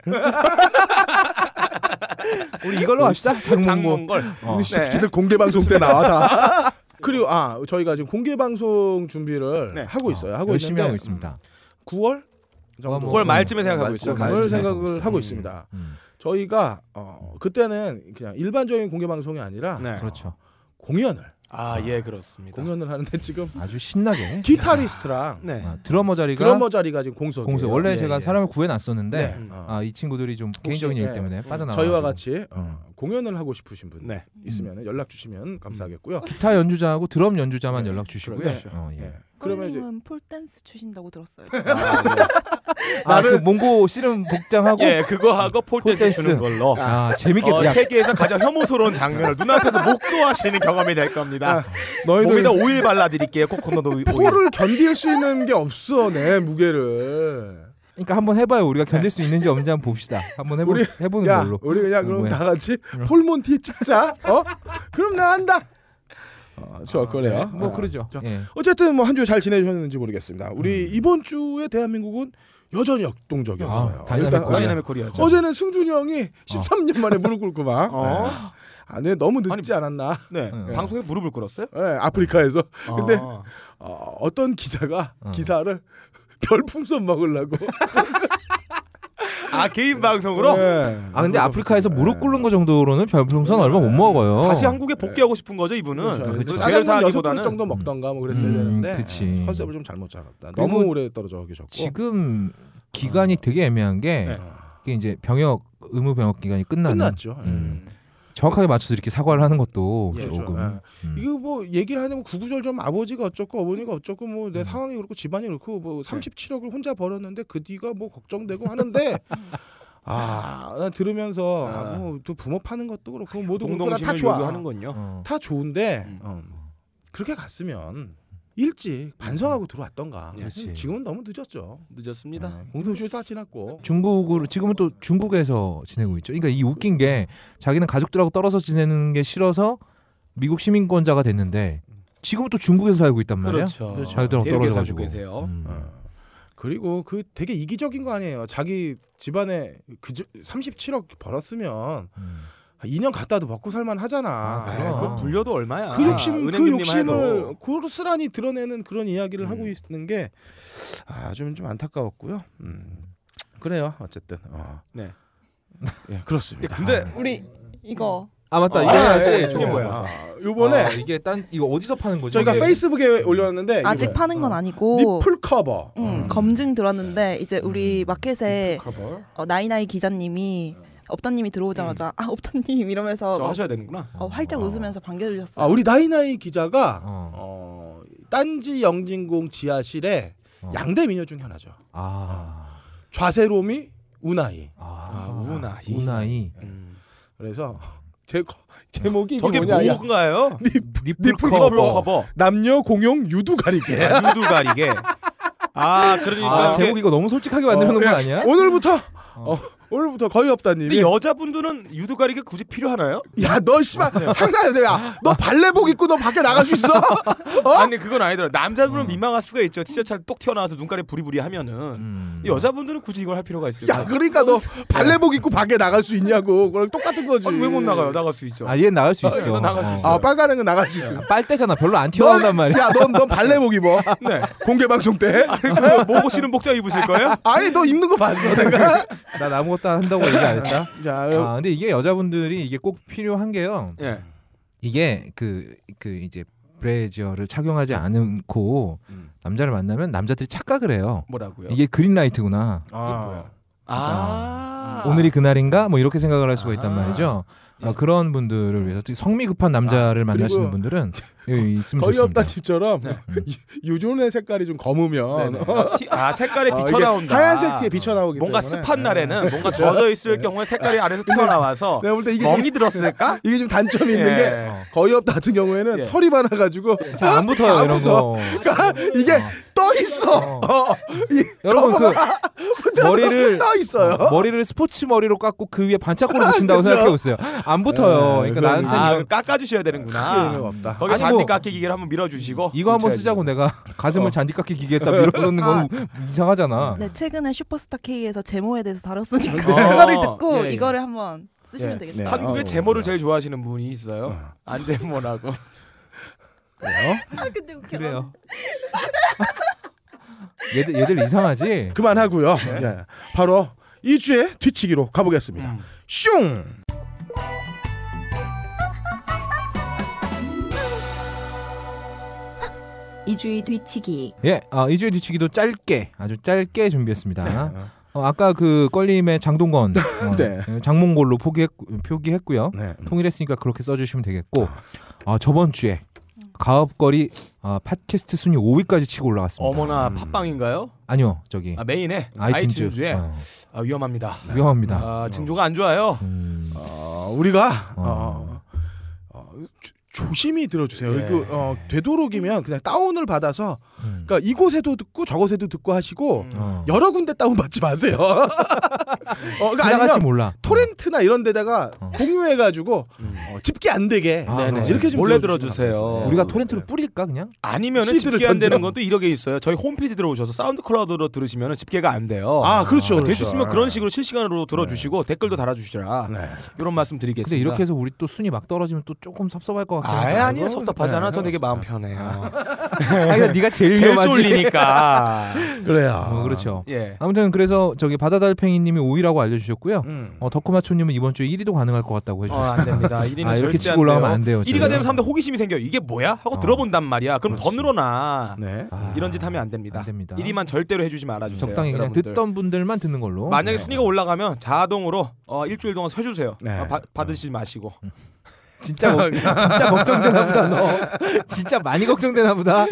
Speaker 5: 우리
Speaker 4: 뭐
Speaker 5: 이걸로 갑시다. 장몽골.
Speaker 3: 장몽걸. 네.
Speaker 5: 어.
Speaker 4: 우리 새끼들 공개 방송 때 나와 다. 그리고 아 저희가 지금 공개 방송 준비를
Speaker 3: 네.
Speaker 4: 하고 있어요. 하고
Speaker 5: 열심히
Speaker 4: 있는데
Speaker 5: 하고 있습니다.
Speaker 4: 9월 정도.
Speaker 5: 뭐-
Speaker 3: 그걸 말쯤에 네, 생각하고
Speaker 4: 네, 말-
Speaker 3: 있어요.
Speaker 4: 그걸
Speaker 5: 말쯤에
Speaker 4: 생각을
Speaker 5: 생각하고
Speaker 3: 있어요.
Speaker 4: 하고 있습니다.
Speaker 5: 음,
Speaker 4: 저희가 어, 그때는 그냥 일반적인 공개 방송이 아니라
Speaker 3: 네.
Speaker 5: 그렇죠.
Speaker 4: 공연을
Speaker 3: 아, 예, 그렇습니다.
Speaker 4: 공연을 하는데 지금
Speaker 5: 아주 신나게.
Speaker 4: 기타리스트랑
Speaker 3: 네.
Speaker 5: 아, 드러머 자리가
Speaker 4: 드러머 자리가 지금 공석.
Speaker 5: 공세. 원래
Speaker 3: 예,
Speaker 5: 제가
Speaker 3: 예.
Speaker 5: 사람을 구해놨었는데
Speaker 4: 네.
Speaker 3: 음.
Speaker 4: 어,
Speaker 5: 아, 이 친구들이 좀 개인적인 일
Speaker 4: 예,
Speaker 5: 때문에 아, 빠져나와.
Speaker 4: 저희와 같이 어, 공연을 하고 싶으신 분
Speaker 3: 네.
Speaker 4: 있으면 연락 주시면 감사하겠고요.
Speaker 5: 기타 연주자하고 드럼 연주자만 연락 주시고요.
Speaker 3: 그렇죠.
Speaker 5: 어, 예.
Speaker 4: 네. 그러면 이제
Speaker 2: 껄님은 폴댄스 추신다고 들었어요.
Speaker 5: 아, 그 몽고 씨름 복장하고
Speaker 3: 예, 그거 하고 폴댄스
Speaker 5: 폴댄스.
Speaker 3: 주는 걸로.
Speaker 5: 아, 재밌겠다.
Speaker 3: 어,
Speaker 5: 야,
Speaker 3: 세계에서 가장 혐오스러운 장면을 눈앞에서 목도하시는 경험이 될 겁니다.
Speaker 4: 너희들
Speaker 3: 몸에다 오일 발라드릴게요. 코코넛 오일.
Speaker 4: 포를 견딜 수 있는 게 없어 내 무게를.
Speaker 5: 그러니까 한번 해봐요. 우리가 견딜 수 있는지 없는지 한번 봅시다. 한번 해보,
Speaker 4: 네. 우리-
Speaker 5: 해보는
Speaker 4: 야,
Speaker 5: 걸로.
Speaker 4: 우리 그냥 그럼
Speaker 5: 뭐야.
Speaker 4: 다 같이 폴몬티 찍자. 어? 그럼 나 한다. 어, 좋아 그래요.
Speaker 5: 네, 뭐
Speaker 4: 어.
Speaker 5: 그러죠.
Speaker 4: 자,
Speaker 5: 예.
Speaker 4: 어쨌든 뭐 한 주 잘 지내셨는지 모르겠습니다.
Speaker 5: 음.
Speaker 4: 우리 이번 주에 대한민국은 여전히 역동적이었어요.
Speaker 5: 아, 다이나믹
Speaker 4: 일단
Speaker 5: 코리아.
Speaker 3: 다이나믹 코리아죠.
Speaker 4: 어제는 승준이 형이 13년 만에 무릎 꿇고 막
Speaker 3: 어.
Speaker 4: 네. 아, 네, 너무
Speaker 3: 아니,
Speaker 4: 늦지 않았나.
Speaker 3: 네.
Speaker 5: 네.
Speaker 3: 방송에 무릎을 꿇었어요?
Speaker 4: 예, 아프리카에서 근데-
Speaker 3: 아.
Speaker 4: 어, 어떤 기자가
Speaker 5: 어.
Speaker 4: 기사를 별풍선 먹으려고.
Speaker 3: 아, 개인 방송으로
Speaker 4: 예.
Speaker 5: 아 근데 아프리카에서 무릎
Speaker 4: 예.
Speaker 5: 꿇는 거 정도로는 별풍선 얼마 못 먹어요.
Speaker 3: 다시 한국에 복귀하고 싶은 거죠, 이분은.
Speaker 4: 그렇죠.
Speaker 5: 그렇죠.
Speaker 4: 그래서
Speaker 3: 그
Speaker 4: 짜장면
Speaker 3: 제일
Speaker 4: 여섯 그릇
Speaker 3: 사기보다는
Speaker 4: 정도 먹던가 뭐 그랬어야
Speaker 5: 음,
Speaker 4: 되는데
Speaker 5: 그치.
Speaker 4: 컨셉을 좀 잘못 잡았다.
Speaker 5: 그리고
Speaker 4: 너무 오래 떨어져 계셨고.
Speaker 5: 지금 기간이 되게 애매한 게
Speaker 3: 네.
Speaker 5: 이게 이제 병역 의무 병역 기간이 끝나는
Speaker 4: 끝났죠. 예.
Speaker 5: 음. 정확하게 맞춰서 이렇게 사과를 하는
Speaker 3: 뭐
Speaker 5: 것도
Speaker 4: 예,
Speaker 5: 조금
Speaker 4: 그렇죠.
Speaker 5: 음.
Speaker 4: 이거 뭐 얘기를 하냐면 구구절 좀 아버지가 어쩌고 어머니가 어쩌고 뭐 내
Speaker 5: 음.
Speaker 4: 상황이 그렇고 집안이 그렇고 뭐
Speaker 3: 네.
Speaker 4: 37억을 혼자 벌었는데 그 뒤가 뭐 걱정되고 하는데 아, 나 들으면서 아,
Speaker 3: 아.
Speaker 4: 뭐또 부모 파는 것도 그렇고 모두 그렇고 나다
Speaker 3: 공동심을
Speaker 4: 좋아.
Speaker 3: 요구하는군요.
Speaker 5: 어.
Speaker 4: 다 좋은데
Speaker 3: 음.
Speaker 4: 어, 그렇게 갔으면 일찍 반성하고 들어왔던가.
Speaker 3: 음.
Speaker 5: 그렇지.
Speaker 4: 지금은 너무 늦었죠. 예,
Speaker 3: 늦었습니다.
Speaker 5: 아,
Speaker 4: 공동시효 다 지났고.
Speaker 5: 중국으로 지금은 또 중국에서 지내고 있죠. 그러니까 이 웃긴 게 자기는 가족들하고 떨어져 지내는 게 싫어서 미국 시민권자가 됐는데 지금은 또 중국에서 살고 있단 말이야.
Speaker 3: 그렇죠.
Speaker 4: 그렇죠.
Speaker 5: 자기들하고
Speaker 3: 대륙에
Speaker 5: 떨어져
Speaker 3: 살고
Speaker 5: 가지고. 음.
Speaker 3: 계세요.
Speaker 4: 어. 그리고 그 되게 이기적인 거 아니에요. 자기 집안에 그 37억 벌었으면
Speaker 5: 음.
Speaker 4: 2년 갔다도 먹고 살만 하잖아.
Speaker 5: 아,
Speaker 3: 아,
Speaker 5: 그럼.
Speaker 3: 그 불려도 얼마야?
Speaker 4: 그 욕심 그
Speaker 3: 은행금리만
Speaker 4: 욕심을
Speaker 3: 해도.
Speaker 4: 고스란히 드러내는 그런 이야기를
Speaker 3: 음.
Speaker 4: 하고 있는 게아좀좀 안타까웠고요. 음. 그래요. 어쨌든 어.
Speaker 3: 네.
Speaker 4: 예,
Speaker 3: 예,
Speaker 4: 그렇습니다.
Speaker 3: 근데
Speaker 2: 우리 이거
Speaker 5: 아 맞다.
Speaker 3: 아,
Speaker 5: 이거 해야지.
Speaker 3: 예, 저게
Speaker 5: 어.
Speaker 3: 뭐야?
Speaker 4: 아, 요번에
Speaker 5: 아, 이게 딴 이거 어디서 파는 거죠?
Speaker 4: 저희가
Speaker 5: 이게?
Speaker 4: 페이스북에 올려놨는데
Speaker 2: 아직
Speaker 4: 이거예요.
Speaker 2: 파는 건
Speaker 4: 어.
Speaker 2: 아니고
Speaker 4: 니플 커버.
Speaker 2: 음, 검증 들었는데 이제
Speaker 4: 음.
Speaker 2: 우리 마켓에
Speaker 4: 커버.
Speaker 2: 어, 나이나이 기자님이 업다님이 들어오자마자 아 업다님 이러면서
Speaker 3: 아, 저
Speaker 2: 막,
Speaker 3: 하셔야 되는구나.
Speaker 2: 어, 활짝
Speaker 5: 아.
Speaker 2: 웃으면서 반겨주셨어요.
Speaker 4: 아 우리 나이나이 기자가
Speaker 5: 어.
Speaker 4: 어, 딴지 영진공 지하실에
Speaker 5: 어.
Speaker 4: 양대 미녀 중 하나죠.
Speaker 5: 아.
Speaker 4: 좌세롬이 우나이.
Speaker 5: 아. 아
Speaker 3: 우나이.
Speaker 5: 우나이.
Speaker 3: 음.
Speaker 4: 그래서 제 거- 제목이 이게
Speaker 3: 저게
Speaker 4: 뭐냐? 야,
Speaker 3: 뭐가요?
Speaker 5: 니플
Speaker 3: 커버.
Speaker 5: 커버.
Speaker 3: 커버.
Speaker 4: 남녀 공용 유두 가리개.
Speaker 3: 유두 가리게. 아 그러니까
Speaker 5: 아,
Speaker 3: 이게-
Speaker 5: 제목 이거 너무 솔직하게 만들어 놓은 거 아니야?
Speaker 4: 오늘부터
Speaker 5: 어.
Speaker 4: 어, 오늘부터 거의 없다님이
Speaker 3: 예? 근데 여자분들은 유두 가리게 굳이 필요하나요?
Speaker 4: 야너 씨발
Speaker 3: 네.
Speaker 4: 상상해 야너 발레복 입고 너 밖에 나갈 수 있어? 어?
Speaker 3: 아니 그건 아니더라. 남자분은
Speaker 5: 어.
Speaker 3: 민망할 수가 있죠. 티셔츠 똑 튀어나와서 눈깔이 부리부리하면은
Speaker 5: 음.
Speaker 3: 근데 여자분들은 굳이 이걸 할 필요가 있을까?
Speaker 4: 야 그러니까 너 발레복 입고 밖에 나갈 수 있냐고 그랑 똑같은 거지.
Speaker 3: 네. 아니, 왜못 나가요? 나갈 수 있죠.
Speaker 5: 아, 얘 나갈 수
Speaker 3: 아,
Speaker 5: 있어.
Speaker 3: 이거 나갈 수 있어.
Speaker 4: 아 빨간색은 나갈 수 있어.
Speaker 5: 빨대잖아. 별로 안 튀어나온단 말이야.
Speaker 4: 야넌넌 발레복 입어
Speaker 3: 네.
Speaker 4: 공개 방송 때.
Speaker 3: 그래서 뭐 보시는 복장 입으실 거예요?
Speaker 4: 아니 너 입는 거 봤어
Speaker 3: 네.
Speaker 4: 내가.
Speaker 5: 난 아무것도 안 한다고 얘기 안 했다.
Speaker 4: 자 그럼
Speaker 5: 아, 근데 이게 여자분들이 이게 꼭 필요한 게요.
Speaker 3: 예.
Speaker 5: 이게 그 그 이제 브래지어를 착용하지 않고
Speaker 3: 음.
Speaker 5: 남자를 만나면 남자들이 착각을 해요.
Speaker 3: 뭐라고요?
Speaker 5: 이게 그린라이트구나.
Speaker 4: 아,
Speaker 3: 뭐야? 아,
Speaker 5: 오늘이 그날인가 뭐 이렇게 생각을 할 수가 있단
Speaker 3: 아.
Speaker 5: 말이죠.
Speaker 3: 예.
Speaker 5: 아, 그런 분들을 위해서 특히 성미 급한 남자를
Speaker 4: 그리고
Speaker 5: 만나시는 분들은 여기 있으면
Speaker 4: 거의
Speaker 5: 좋습니다.
Speaker 4: 없다 집처럼
Speaker 3: 네.
Speaker 4: 유존의 색깔이 좀 검으면
Speaker 3: 네네. 티- 아 색깔이
Speaker 4: 어,
Speaker 3: 비쳐
Speaker 4: 이게
Speaker 3: 나온다.
Speaker 4: 하얀색 티에 비쳐 나오기
Speaker 3: 뭔가
Speaker 4: 때문에.
Speaker 3: 습한 날에는 뭔가 젖어 있을 경우에 색깔이 아래서 튀어나와서
Speaker 4: 내가 볼때 네. 이게
Speaker 3: 멍이 들었을까?
Speaker 4: 이게 좀 단점이 있는
Speaker 3: 예.
Speaker 4: 게 거의 없다 같은 경우에는
Speaker 3: 예.
Speaker 4: 털이 많아가지고
Speaker 5: 잘 안 붙어요 이런 거.
Speaker 4: 그러니까 이게
Speaker 5: 아.
Speaker 4: 떠 있어
Speaker 5: 어. 여러분 그 머리를
Speaker 4: 떠 있어요.
Speaker 5: 머리를 스포츠 머리로 깎고 그 위에 반짝고를 붙인다고
Speaker 4: 그죠?
Speaker 5: 생각하고 있어요. 안 붙어요.
Speaker 4: 에,
Speaker 5: 그러니까
Speaker 4: 그럼-
Speaker 5: 나한테
Speaker 3: 아
Speaker 5: 이건
Speaker 3: 그럼 깎아주셔야
Speaker 4: 크게 의미가
Speaker 3: 되는구나.
Speaker 4: 없다.
Speaker 3: 거기
Speaker 5: 아니,
Speaker 3: 잔디
Speaker 5: 뭐- 음,
Speaker 3: 깎기 기계를 한번 밀어주시고
Speaker 5: 이거 한번
Speaker 3: 붙여야지.
Speaker 5: 쓰자고 내가 가슴을
Speaker 4: 어.
Speaker 5: 잔디깎이 기계에다 밀어넣는 건 이상하잖아.
Speaker 2: 네 최근에 슈퍼스타 K에서 제모에 대해서 다뤘으니까
Speaker 3: 어.
Speaker 2: 그거를 듣고
Speaker 3: 예, 예.
Speaker 2: 이거를 한번 쓰시면 되겠네요.
Speaker 3: 한국의 제모를 제일 좋아하시는 분이 있어요. 안제모라고.
Speaker 2: 아 근데 웃겨.
Speaker 5: 그래요. 얘들 얘들 이상하지.
Speaker 4: 그만하고요.
Speaker 5: 네.
Speaker 4: 예. 바로 2주의 뒤치기로 가보겠습니다.
Speaker 3: 음.
Speaker 4: 슝.
Speaker 1: 이주의 뒤치기
Speaker 5: 예, 아, 이주의 뒤치기도 짧게 아주 짧게 준비했습니다.
Speaker 4: 네.
Speaker 5: 어, 아까 그 껄림의 장동건 어,
Speaker 4: 네.
Speaker 5: 장몽골로 포기했, 표기했고요.
Speaker 4: 네.
Speaker 5: 통일했으니까 그렇게 써주시면 되겠고 아, 저번 주에 가업거리 아, 팟캐스트 순위 5위까지 치고 올라갔습니다.
Speaker 3: 어머나 팟빵인가요?
Speaker 5: 아니요 저기
Speaker 3: 아, 메인에
Speaker 5: 아이튠즈.
Speaker 3: 아이튠즈에
Speaker 5: 어, 네.
Speaker 3: 아, 위험합니다.
Speaker 5: 위험합니다.
Speaker 3: 아, 징조가 안 좋아요.
Speaker 5: 음,
Speaker 4: 어, 우리가
Speaker 5: 어.
Speaker 4: 어, 어, 주- 조심히 들어주세요.
Speaker 3: 예.
Speaker 4: 그 어, 되도록이면 그냥 다운을 받아서
Speaker 5: 음.
Speaker 4: 그러니까 이곳에도 듣고 저곳에도 듣고 하시고
Speaker 5: 어.
Speaker 4: 여러 군데 다운 받지 마세요. 어, 그러니까
Speaker 5: 지나갈지
Speaker 4: 아니면
Speaker 5: 몰라.
Speaker 4: 토렌트나 이런 데다가
Speaker 5: 어.
Speaker 4: 공유해가지고
Speaker 3: 음.
Speaker 4: 어, 집게 안 되게
Speaker 5: 아,
Speaker 4: 어,
Speaker 5: 네네.
Speaker 4: 이렇게 좀
Speaker 3: 몰래
Speaker 4: 들어주시면
Speaker 3: 들어주세요.
Speaker 4: 감사하겠습니다.
Speaker 5: 우리가
Speaker 4: 네.
Speaker 5: 토렌트로 뿌릴까 그냥?
Speaker 3: 아니면 은
Speaker 4: 시드를
Speaker 3: 집계 안 되는
Speaker 4: 던져.
Speaker 3: 것도 이렇게 있어요. 저희 홈페이지 들어오셔서 사운드 클라우드로 들으시면 집계가 안 돼요.
Speaker 4: 아 그렇죠.
Speaker 3: 될
Speaker 4: 그렇죠.
Speaker 3: 수 있으면
Speaker 5: 네.
Speaker 3: 그런 식으로 실시간으로 들어주시고 댓글도 달아주시라
Speaker 4: 네.
Speaker 3: 이런 말씀 드리겠습니다.
Speaker 5: 근데 이렇게 해서 우리 또 순위 막 떨어지면 또 조금 섭섭할 것 같긴
Speaker 3: 아예
Speaker 5: 한데.
Speaker 3: 아니에요. 섭답하지 않아. 전 되게 마음
Speaker 5: 아.
Speaker 3: 편해요.
Speaker 5: 아, 그러니까 네가 제일
Speaker 3: 제일
Speaker 5: 위험하지.
Speaker 3: 쫄리니까.
Speaker 4: 그래요.
Speaker 5: 어, 그렇죠.
Speaker 3: 예.
Speaker 5: 아무튼 그래서 저기 바다달팽이님이 5위라고 알려주셨고요.
Speaker 4: 음.
Speaker 5: 어, 덕후마초님은 이번 주에 1위도 가능할 것 같다고
Speaker 3: 어,
Speaker 5: 해주셨어요.
Speaker 3: 안 됩니다. 1위는
Speaker 5: 아,
Speaker 3: 절대
Speaker 5: 이렇게 치고 올라가면 안 돼요.
Speaker 3: 1위가 되면
Speaker 5: 저희가.
Speaker 3: 사람들 호기심이 생겨. 요 이게 뭐야? 하고
Speaker 5: 어.
Speaker 3: 들어본단 말이야. 그럼 더
Speaker 5: 그렇지.
Speaker 3: 늘어나.
Speaker 4: 네.
Speaker 5: 아,
Speaker 3: 이런 짓 하면 안 됩니다.
Speaker 5: 안 됩니다.
Speaker 3: 1위만 절대로 해주지 말아주세요.
Speaker 5: 적당히 그냥
Speaker 3: 여러분들.
Speaker 5: 듣던 분들만 듣는 걸로.
Speaker 3: 만약에
Speaker 5: 네.
Speaker 3: 순위가 올라가면 자동으로 어, 일주일 동안 쉬주세요.
Speaker 4: 네.
Speaker 3: 어, 바- 받으시지 마시고.
Speaker 5: 진짜 걱- 진짜 걱정되나 보다 너. 진짜 많이 걱정되나 보다.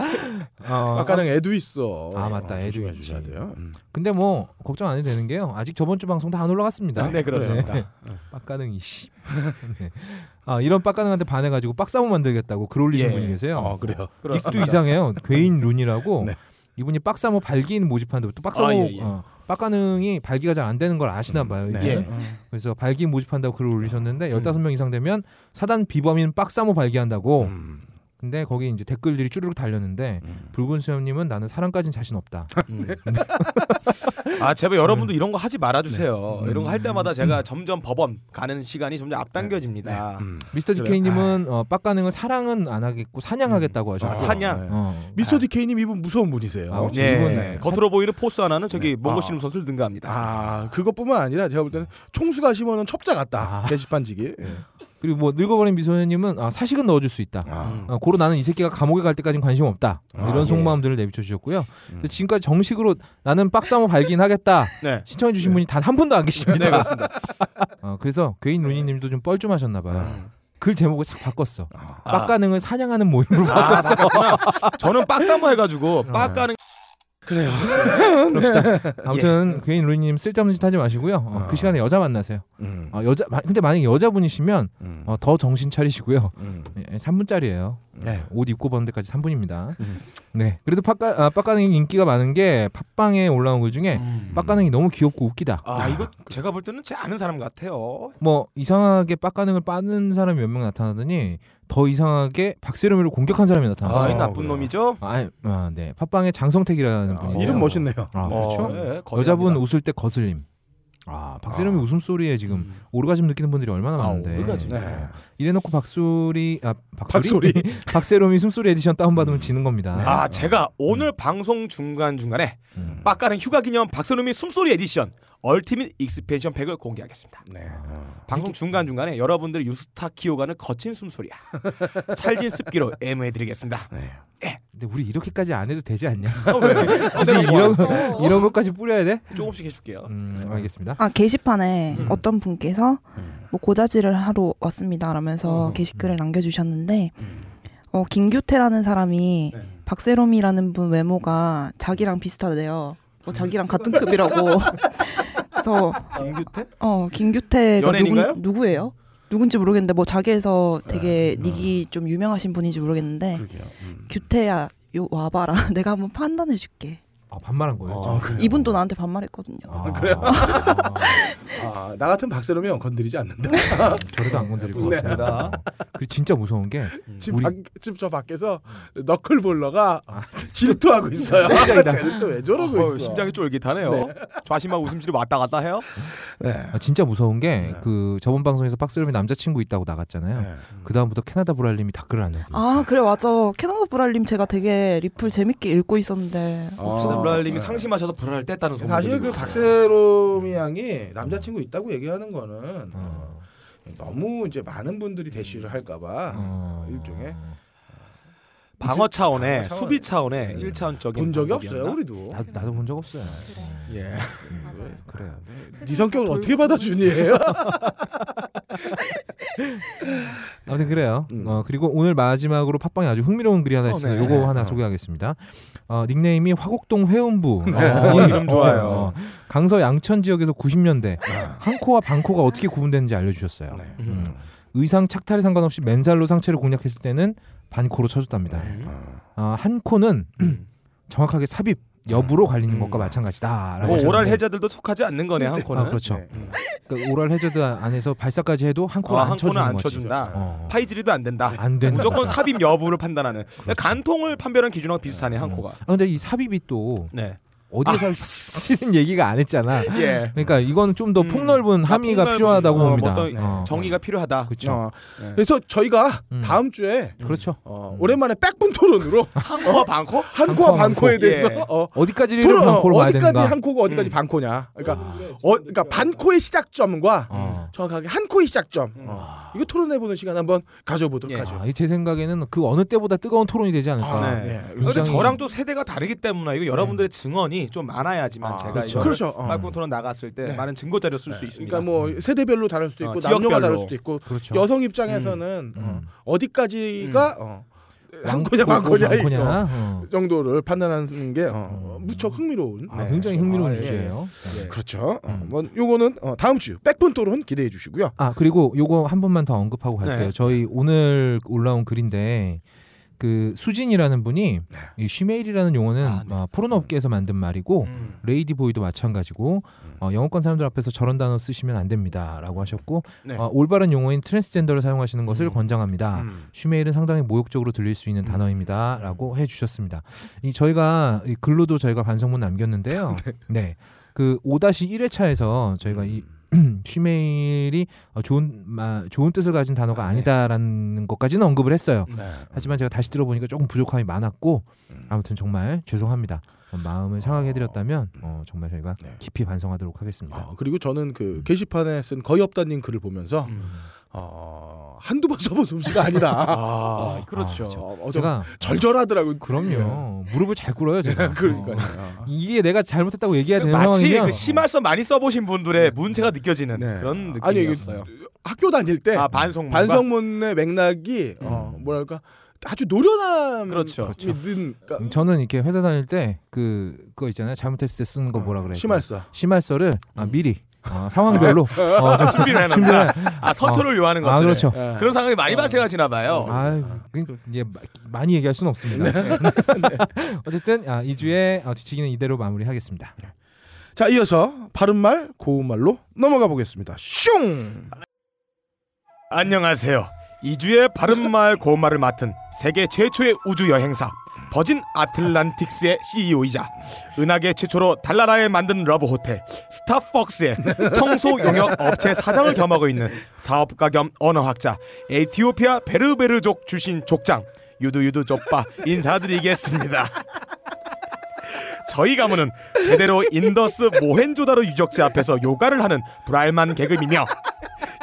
Speaker 5: 어,
Speaker 4: 아까는 애도 있어.
Speaker 5: 아, 맞다. 애도
Speaker 4: 조심해
Speaker 5: 있지.
Speaker 4: 주셔야 돼요. 음.
Speaker 5: 근데 뭐 걱정 안 해도 되는 게요. 아직 저번 주 방송 다 안 올라갔습니다.
Speaker 3: 네 그렇습니다.
Speaker 5: 빡가능이 씨. 네. 아 이런 빡가능한테 반해가지고 빡사모 만들겠다고 글 올리신
Speaker 3: 예.
Speaker 5: 분이 계세요.
Speaker 4: 어 그래요.
Speaker 5: 닉도 이상해요. 괴인 룬이라고
Speaker 4: 네.
Speaker 5: 이분이 빡사모 발기인 모집하는데 또 빡사모
Speaker 3: 아, 예, 예.
Speaker 5: 어, 빡가능이 발기가 잘 안 되는 걸 아시나 봐요.
Speaker 4: 네.
Speaker 5: 이분은.
Speaker 3: 예.
Speaker 5: 그래서 발기인 모집한다고 글을 올리셨는데 15명 이상 되면 사단 비범인 빡사모 발기한다고.
Speaker 4: 음.
Speaker 5: 근데 거기 이제 댓글들이 쭈르륵 달렸는데
Speaker 4: 음.
Speaker 5: 붉은 수염님은 나는 사랑까진 자신 없다.
Speaker 3: 아 제발 여러분도 이런 거 하지 말아주세요. 이런 거 할 때마다 제가 점점 법원 가는 시간이 점점 앞당겨집니다.
Speaker 5: 아,
Speaker 4: 음.
Speaker 5: 미스터 DK님은 어, 빡가능을 사랑은 안 하겠고 사냥하겠다고
Speaker 3: 아,
Speaker 5: 하셨어요.
Speaker 3: 사냥.
Speaker 5: 어.
Speaker 4: 미스터 디케이님 이분 무서운 분이세요.
Speaker 5: 아, 그렇죠.
Speaker 3: 예.
Speaker 5: 이건
Speaker 3: 겉으로 보이는 포스 하나는 저기
Speaker 4: 어, 네.
Speaker 3: 몽고
Speaker 4: 아.
Speaker 3: 씨름 선수를 능가합니다.
Speaker 4: 아 그것뿐만 아니라 제가 볼 때는 총수가 심어놓은 첩자 같다
Speaker 5: 아.
Speaker 4: 게시판지기 음.
Speaker 5: 그리고 뭐 늙어버린 미소녀님은 아, 사식은 넣어줄 수 있다.
Speaker 4: 아,
Speaker 5: 어, 고로 나는 이 새끼가 감옥에 갈 때까지는 관심 없다. 뭐
Speaker 4: 아,
Speaker 5: 이런
Speaker 4: 예.
Speaker 5: 속마음들을 내비쳐 주셨고요.
Speaker 4: 음.
Speaker 5: 근데 지금까지 정식으로 나는 빡사모 발기인하겠다
Speaker 3: 네.
Speaker 5: 신청해 주신 분이 단 한 분도 안 계십니다.
Speaker 3: 네 그렇습니다. 네.
Speaker 5: 어, 그래서 괴인 루니님도 좀 뻘쭘하셨나
Speaker 4: 음.
Speaker 5: 봐요. 글 제목을 싹 바꿨어.
Speaker 3: 음. 아.
Speaker 5: 빡가능을 사냥하는 모임으로 바꿨어.
Speaker 3: 아, 그렇구나. 저는 빡사모 해가지고 빡가는
Speaker 4: 그래요
Speaker 5: 아무튼
Speaker 3: 예.
Speaker 5: 괴인 루니님 쓸데없는 짓 하지 마시고요. 어,
Speaker 4: 아.
Speaker 5: 그 시간에 여자 만나세요.
Speaker 4: 음,
Speaker 5: 어, 여자 마- 근데 만약에 여자분이시면
Speaker 4: 음,
Speaker 5: 어, 더 정신 차리시고요.
Speaker 4: 음.
Speaker 5: 3분짜리예요.
Speaker 4: 네.
Speaker 5: 옷 입고 보는 데까지 3분입니다.
Speaker 3: 음.
Speaker 5: 네. 그래도 빡가 아, 빡가능이 인기가 많은 게 팟빵에 올라온 글 중에 빡가능이 너무 귀엽고 웃기다.
Speaker 3: 아 이거 제가 볼 때는 제 아는 사람 같아요.
Speaker 5: 뭐 이상하게 빡가능을 빠는 사람이 몇 명 나타나더니 더 이상하게 박세롬이를 공격한 사람이
Speaker 3: 아,
Speaker 5: 나타났어요.
Speaker 3: 이 나쁜
Speaker 4: 그래요.
Speaker 3: 놈이죠.
Speaker 5: 아, 아, 네. 팟빵의
Speaker 4: 아,
Speaker 5: 장성택이라는 분이
Speaker 4: 이름 멋있네요
Speaker 5: 아, 그렇죠.
Speaker 3: 어, 네, 거대합니다.
Speaker 5: 여자분 웃을 때 거슬림. 아, 박세롬이 웃음소리에 지금
Speaker 3: 음.
Speaker 5: 오르가즘 느끼는 분들이 얼마나 많은데.
Speaker 3: 오르가즘.
Speaker 5: 어, 이래놓고 박소리 아 박소리,
Speaker 4: 네. 박소리
Speaker 5: 박세롬이 숨소리 에디션 다운받으면 지는 겁니다.
Speaker 3: 아 제가 오늘 방송 중간 중간에
Speaker 5: 음.
Speaker 3: 빡가는 휴가 기념 박선우미 숨소리 에디션 얼티밋 익스펜션 팩을 공개하겠습니다.
Speaker 4: 네. 어.
Speaker 3: 방송 중간 중간에 여러분들 유스타키오가는 거친 숨소리야 찰진 습기로 애무해드리겠습니다.
Speaker 4: 네.
Speaker 5: 근데 우리 이렇게까지 안 해도 되지 않냐?
Speaker 3: 어, 왜? 어, 내가 뭐
Speaker 5: 이런
Speaker 3: 알았어?
Speaker 5: 이런 것까지 뿌려야 돼?
Speaker 3: 조금씩 해줄게요.
Speaker 5: 음, 알겠습니다.
Speaker 2: 아 게시판에
Speaker 3: 음.
Speaker 2: 어떤 분께서
Speaker 4: 음.
Speaker 2: 뭐 고자질을 하러 왔습니다 라면서
Speaker 5: 음.
Speaker 2: 게시글을 남겨주셨는데 어, 김규태라는 사람이
Speaker 3: 네.
Speaker 2: 박세롬이라는 분 외모가 자기랑 비슷하대요. 뭐 자기랑 같은 급이라고. 그래서
Speaker 3: 김규태?
Speaker 2: 어 김규태가
Speaker 3: 연예인인가요?
Speaker 2: 누군, 누구예요? 누군지 모르겠는데 뭐 자기에서 되게 닉이 좀 유명하신 분인지 모르겠는데
Speaker 4: 그러게요 음.
Speaker 2: 규태야 요 와봐라 내가 한번 판단해 줄게
Speaker 5: 아, 반말한 거예요.
Speaker 4: 아, 그래요.
Speaker 2: 이분도 나한테 반말했거든요
Speaker 5: 아,
Speaker 4: 그래요?
Speaker 5: 아,
Speaker 4: 아, 나 같은 박세롬이 건드리지 않는다
Speaker 5: 저래도 안 건드릴 것 같습니다. 그리고 진짜 무서운 게
Speaker 4: 지금
Speaker 5: 우리-
Speaker 4: 밖, 지금 저 밖에서 너클볼러가 질투하고 있어요 쟤는 또 왜 저러고
Speaker 3: 어,
Speaker 4: 있어
Speaker 3: 심장이 쫄깃하네요. 좌심하고 웃음질이 왔다 갔다 해요.
Speaker 4: 네.
Speaker 5: 아, 진짜 무서운 게 그 저번 방송에서 박스롬이 남자친구 있다고 나갔잖아요.
Speaker 4: 네.
Speaker 5: 그 다음부터 캐나다 브랄님이 댓글을 안 남기고
Speaker 2: 아 그래 맞아 캐나다 브랄님 제가 되게 리플 재밌게 읽고 있었는데
Speaker 4: 아,
Speaker 2: 없어서
Speaker 3: 브랄님이 상심하셔서 브랄을 뗐다는 소문.
Speaker 4: 사실 그 박세롬이 양이 남자친구 있다고 얘기하는 거는
Speaker 5: 어.
Speaker 4: 너무 이제 많은 분들이 대시를 할까봐
Speaker 5: 어.
Speaker 4: 일종의
Speaker 3: 방어 차원의
Speaker 4: 방어 차원.
Speaker 3: 수비 차원의
Speaker 4: 네.
Speaker 3: 1차원적인
Speaker 4: 본 적이 없어요 우리도 네
Speaker 5: 나, 나도 본 적 없어요.
Speaker 3: 예.
Speaker 5: 그래요.
Speaker 4: 네 성격을 어떻게 받아주니에요?
Speaker 5: 아무튼 그래요.
Speaker 4: 음.
Speaker 5: 어, 그리고 오늘 마지막으로 팟빵에 아주 흥미로운 글이 하나 있어요.
Speaker 3: 네.
Speaker 5: 요거 하나 소개하겠습니다. 어, 닉네임이 화곡동 회원부.
Speaker 3: 어, 이름 좋아요.
Speaker 5: 강서 양천 지역에서 90년대 한코와 방코가 어떻게 구분되는지 알려주셨어요.
Speaker 4: 네.
Speaker 5: 음. 의상 착탈에 상관없이 맨살로 상체를 공략했을 때는 반코로 쳐줬답니다.
Speaker 4: 음.
Speaker 5: 아, 한 코는 정확하게 삽입 여부로 갈리는
Speaker 3: 음.
Speaker 5: 것과 마찬가지다.
Speaker 3: 뭐 오랄 해자들도 속하지 않는 거네 한 코는.
Speaker 5: 아, 그렇죠.
Speaker 3: 네.
Speaker 5: 그러니까 오랄 해저드 안에서 발사까지 해도 한 코는
Speaker 3: 아,
Speaker 5: 안
Speaker 3: 한 코는
Speaker 5: 쳐주는
Speaker 3: 안
Speaker 5: 거지.
Speaker 3: 쳐준다.
Speaker 5: 어.
Speaker 3: 파이질이도 안 된다.
Speaker 5: 안
Speaker 3: 네,
Speaker 5: 된다.
Speaker 3: 무조건 삽입 여부를 판단하는 그러니까 간통을 판별한 기준하고 비슷하네 한
Speaker 5: 음.
Speaker 3: 코가.
Speaker 5: 아, 근데 이 삽입이 또
Speaker 3: 네.
Speaker 5: 어디에서
Speaker 3: 아,
Speaker 5: 쓰는 얘기가 안 했잖아.
Speaker 3: 예.
Speaker 5: 그러니까 이건 좀 더
Speaker 3: 음.
Speaker 5: 폭넓은
Speaker 3: 아,
Speaker 5: 함의가
Speaker 3: 폭넓은,
Speaker 5: 필요하다고
Speaker 3: 어,
Speaker 5: 봅니다.
Speaker 3: 어떤, 네,
Speaker 5: 어.
Speaker 3: 정의가 필요하다.
Speaker 5: 그렇죠.
Speaker 4: 어,
Speaker 3: 네.
Speaker 4: 그래서 저희가
Speaker 5: 음.
Speaker 4: 다음 주에
Speaker 5: 그렇죠.
Speaker 4: 어, 오랜만에 백분 토론으로
Speaker 3: 한 코와 반 코?
Speaker 4: 한코와
Speaker 5: 한코와
Speaker 4: 반코에
Speaker 3: 반코.
Speaker 4: 대해서
Speaker 3: 예.
Speaker 4: 어,
Speaker 5: 어디까지를
Speaker 4: 토론
Speaker 5: 반코로
Speaker 4: 어,
Speaker 5: 봐야
Speaker 4: 어디까지
Speaker 5: 되는가?
Speaker 4: 한코고 어디까지
Speaker 3: 음.
Speaker 4: 반코냐.
Speaker 5: 아,
Speaker 4: 그러니까 어, 그러니까 반코의 시작점과
Speaker 5: 어.
Speaker 4: 정확하게 한코의 시작점.
Speaker 3: 음.
Speaker 4: 어, 이거 토론해 보는 시간 한번 가져보도록
Speaker 3: 예.
Speaker 4: 하죠.
Speaker 5: 아, 그러니까. 이제 생각에는 그 어느 때보다 뜨거운 토론이 되지 않을까.
Speaker 4: 아,
Speaker 3: 네.
Speaker 4: 예.
Speaker 3: 근데
Speaker 5: 굉장히-
Speaker 3: 저랑 또 세대가 다르기 때문에 이거 여러분들의 증언이 좀 많아야지만
Speaker 4: 아,
Speaker 3: 제가
Speaker 4: 그렇죠.
Speaker 3: 이거를
Speaker 4: 그렇죠. 어.
Speaker 3: 빨분 토론 나갔을 때
Speaker 4: 네.
Speaker 3: 많은 증거 자료 쓸 수 있습니다.
Speaker 4: 그러니까 뭐 세대별로 다를 수도
Speaker 3: 어,
Speaker 4: 있고 남녀가
Speaker 3: 지역별로.
Speaker 4: 다를 수도 있고
Speaker 5: 그렇죠.
Speaker 4: 여성 입장에서는
Speaker 5: 음.
Speaker 4: 어, 어디까지가 어,
Speaker 3: 음.
Speaker 5: 왕-
Speaker 4: 왕코냐 왕코냐
Speaker 5: 왕- 왕코냐?
Speaker 4: 이거
Speaker 5: 어.
Speaker 4: 정도를 판단하는 게 어, 무척 흥미로운
Speaker 5: 아,
Speaker 4: 네.
Speaker 5: 굉장히
Speaker 3: 네.
Speaker 5: 흥미로운
Speaker 3: 아, 예.
Speaker 5: 주제예요.
Speaker 3: 예.
Speaker 4: 그렇죠. 어,
Speaker 5: 음.
Speaker 4: 뭐 요거는 어, 다음 주 백분 토론 기대해 주시고요.
Speaker 5: 아 그리고 요거 한 분만 더 언급하고 갈게요.
Speaker 3: 네.
Speaker 5: 저희 오늘 올라온 글인데 그 수진이라는 분이 이 쉬메일이라는 용어는
Speaker 3: 네. 아, 네.
Speaker 5: 어, 포르노 업계에서 만든 말이고
Speaker 3: 음.
Speaker 5: 레이디 보이도 마찬가지고 어, 영어권 사람들 앞에서 저런 단어 쓰시면 안 됩니다라고 하셨고
Speaker 3: 네.
Speaker 5: 어, 올바른 용어인 트랜스젠더를 사용하시는 것을
Speaker 3: 음.
Speaker 5: 권장합니다.
Speaker 3: 음.
Speaker 5: 쉬메일은 상당히 모욕적으로 들릴
Speaker 4: 음.
Speaker 5: 수 있는 단어입니다라고 해주셨습니다. 이 저희가 이 글로도 저희가 반성문 남겼는데요. 네. 그 5-1회차에서 저희가 이
Speaker 4: 음.
Speaker 5: 쉬메일이 어, 좋은 마, 좋은 뜻을 가진
Speaker 4: 아,
Speaker 5: 단어가
Speaker 4: 네.
Speaker 5: 아니다라는 것까지는 언급을 했어요.
Speaker 4: 음.
Speaker 3: 네.
Speaker 5: 하지만 제가 다시 들어보니까 조금 부족함이 많았고 아무튼 정말 죄송합니다. 어, 마음을 상하게 해드렸다면 어, 정말 저희가
Speaker 4: 네.
Speaker 5: 깊이 반성하도록 하겠습니다.
Speaker 4: 어, 그리고 저는
Speaker 5: 음.
Speaker 4: 그 게시판에 쓴 거의 없다님 글을
Speaker 3: 음.
Speaker 4: 보면서 어, 한두 번 써본 솜씨가 아니다.
Speaker 3: 아, 그렇죠.
Speaker 5: 아,
Speaker 4: 어, 어, 좀
Speaker 5: 제가
Speaker 4: 절절하더라고요.
Speaker 5: 그럼요 무릎을 잘 꿇어요 제가.
Speaker 4: 그러니까요.
Speaker 5: 어,
Speaker 4: 어.
Speaker 5: 이게 내가 잘못했다고 얘기해야 되는
Speaker 3: 마치
Speaker 5: 상황이면
Speaker 3: 그 심할서 많이 써보신 분들의 문제가 느껴지는
Speaker 4: 네.
Speaker 3: 그런
Speaker 4: 아니, 이게
Speaker 3: 느낌이었어요.
Speaker 4: 학교 다닐 때
Speaker 3: 아 반성
Speaker 4: 반성문의 맥락이 어, 뭐랄까 아주 노련함
Speaker 3: 그렇죠.
Speaker 5: 음. 그렇죠.
Speaker 4: 믿는 그러니까
Speaker 5: 음, 저는 이렇게 회사 다닐 때 그 그거 있잖아요 잘못했을 때 쓰는
Speaker 3: 어,
Speaker 5: 거 뭐라 그래요?
Speaker 4: 심할사.
Speaker 5: 심할서를 아, 미리 어, 상황별로 어, 좀
Speaker 3: 음. 아, 준비를 해놨다.
Speaker 5: 준비를
Speaker 3: 아 선처를 요하는 어. 것들.
Speaker 5: 아 그렇죠.
Speaker 4: 예.
Speaker 3: 그런 상황이 많이 발생하시나 봐요.
Speaker 5: 아, 그, 예, 마- 많이 얘기할 수는
Speaker 3: 네.
Speaker 5: 없습니다. 네. 어쨌든 아, 2주에 뒤치기는 이대로 마무리하겠습니다.
Speaker 4: 자 이어서 바른말 고운말로 넘어가 보겠습니다. 슝.
Speaker 3: 안녕하세요. 이주의 바른말 고운말을 맡은 세계 최초의 우주 여행사 버진 아틀란틱스의 E CEO이자 은하계 최초로 달나라에 만든 러브 호텔 스타벅스의 청소 용역 업체 사장을 겸하고 있는 사업가 겸 언어학자 에티오피아 베르베르족 출신 족장 유두유두 족바 인사드리겠습니다. 저희 가문은 대대로 인더스 모헨조다로 유적지 앞에서 요가를 하는 불알만 계급이며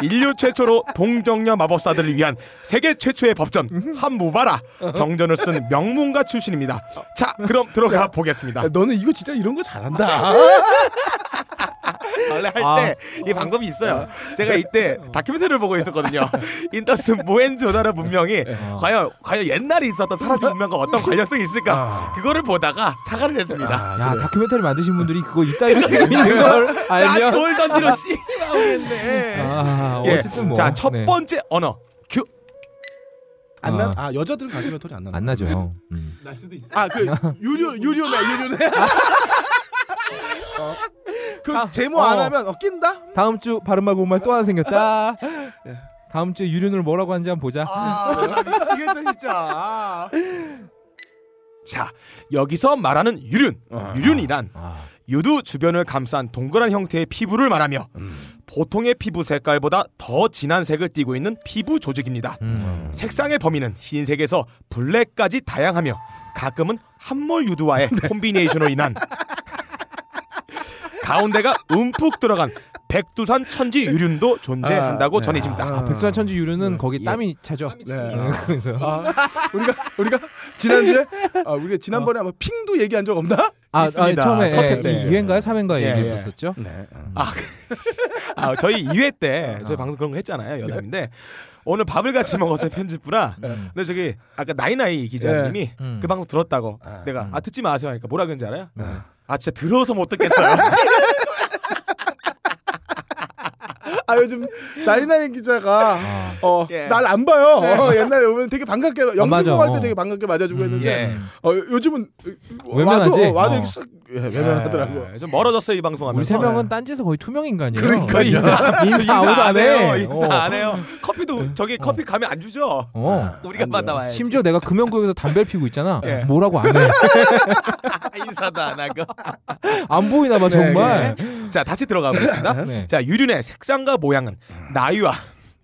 Speaker 3: 인류 최초로 동정녀 마법사들을 위한 세계 최초의 법전 한무바라 정전을 쓴 명문가 출신입니다. 자, 그럼 들어가 보겠습니다.
Speaker 4: 야, 아, 너는 이거 진짜 이런 거 잘한다.
Speaker 3: 원래
Speaker 5: 아.
Speaker 3: 할 때 이 방법이 있어요. 제가
Speaker 5: 네.
Speaker 3: 이때 다큐멘터리를 보고 있었거든요. 인더스 모헨조다로 문명이
Speaker 5: 네. 어.
Speaker 3: 과연 과연 옛날에 있었던 사라진 문명과 어떤 관련성이
Speaker 5: 아.
Speaker 3: 있을까 그거를 보다가 자가를 했습니다.
Speaker 5: 야 다큐멘터리 만드신 분들이 그거 이따위로 쓰고 있는 아. 걸
Speaker 3: 나
Speaker 5: 알면
Speaker 3: 돌 던지러 씨나오겠네
Speaker 5: 아,
Speaker 3: 예.
Speaker 5: 어쨌든 뭐
Speaker 3: 자, 첫
Speaker 5: 네.
Speaker 3: 번째 언어. 큐.
Speaker 4: 안 나? 아 여자들은 가슴에 털이 안 나.
Speaker 5: 안 나죠. 음.
Speaker 3: 네.
Speaker 4: 아그 유료 유료네 유료네. 어. 그 제모 안
Speaker 5: 어.
Speaker 4: 하면 어, 낀다?
Speaker 5: 다음 주 바른말 고운말 또 하나 생겼다. 다음 주에 유륜을 뭐라고 하는지 한번 보자.
Speaker 3: 네. 아, 나 미치겠다 진짜. 자, 여기서 말하는 유륜. 유륜이란
Speaker 5: 아.
Speaker 3: 유두 주변을 감싼 동그란 형태의 피부를 말하며 보통의 피부 색깔보다 더 진한 색을 띠고 있는 피부 조직입니다.
Speaker 5: 음.
Speaker 3: 색상의 범위는 흰색에서 블랙까지 다양하며 가끔은 한몰 유두와의 콤비네이션으로 인한 가운데가 움푹 들어간 백두산 천지 유륜도 존재한다고
Speaker 4: 아, 네.
Speaker 3: 전해집니다.
Speaker 5: 아, 백수한 천지 유륜은 거기
Speaker 3: 예.
Speaker 5: 땀이 차죠.
Speaker 4: 네.
Speaker 5: 음, 그래서
Speaker 4: 아, 우리가 우리가 지난주에 아, 우리가
Speaker 5: 어.
Speaker 4: 지난번에 아마 핑도 얘기한 적 없나?
Speaker 5: 아, 아
Speaker 3: 있습니다.
Speaker 5: 처음에
Speaker 3: 첫 회 때.
Speaker 5: 2회인가요? 3회인가요?
Speaker 3: 예,
Speaker 5: 얘기했었었죠.
Speaker 4: 네.
Speaker 3: 아, 그- 아 저희 2회
Speaker 5: 아,
Speaker 3: 때 저희 방송 그런 거
Speaker 5: 네.
Speaker 3: 했잖아요 여담인데 오늘 밥을 같이 먹었어요 편집부라 근데 저기 아까 나이나이 기자님이
Speaker 5: 음.
Speaker 3: 그 방송 들었다고
Speaker 4: 아.
Speaker 3: 내가
Speaker 5: 음.
Speaker 3: 아 듣지 마세요 하니까 뭐라 그런지 알아요?
Speaker 4: 네.
Speaker 3: 아 진짜 들어서 못 듣겠어요
Speaker 4: 아 요즘 나이나이 기자가
Speaker 5: 아,
Speaker 4: 어
Speaker 3: 예.
Speaker 4: 날 안 봐요. 어, 옛날에 오면 되게 반갑게
Speaker 5: 맞아.
Speaker 4: 영진공 할때
Speaker 5: 어.
Speaker 4: 되게 반갑게 맞아주고
Speaker 5: 음,
Speaker 4: 했는데
Speaker 3: 예.
Speaker 4: 어, 요즘은 어,
Speaker 5: 외면하지?
Speaker 4: 와도, 어, 와도
Speaker 5: 어.
Speaker 4: 이렇게 쓱 예, 외면하더라고.
Speaker 3: 예, 좀 멀어졌어요 이 방송하면서. 네.
Speaker 5: 우리 세 명은 딴지에서 거의 투명 인간이에요.
Speaker 4: 그러니까요.
Speaker 5: 거의 인사, 인사 아무도 안 해.
Speaker 3: 인사 안
Speaker 5: 어.
Speaker 3: 해요. 커피도 저기 커피 가면 안 주죠.
Speaker 5: 어.
Speaker 3: 우리가 받아와야지.
Speaker 5: 심지어 내가 금연구역에서 담배를 피우고 있잖아.
Speaker 3: 예.
Speaker 5: 뭐라고 안 해.
Speaker 3: 아, 인사도 안 하고.
Speaker 5: 안 보이나
Speaker 3: 네,
Speaker 5: 봐 아, 정말.
Speaker 3: 자 다시 들어가 보겠습니다.
Speaker 5: 네.
Speaker 3: 자 유륜의 색상과 모양은
Speaker 4: 음.
Speaker 3: 나이와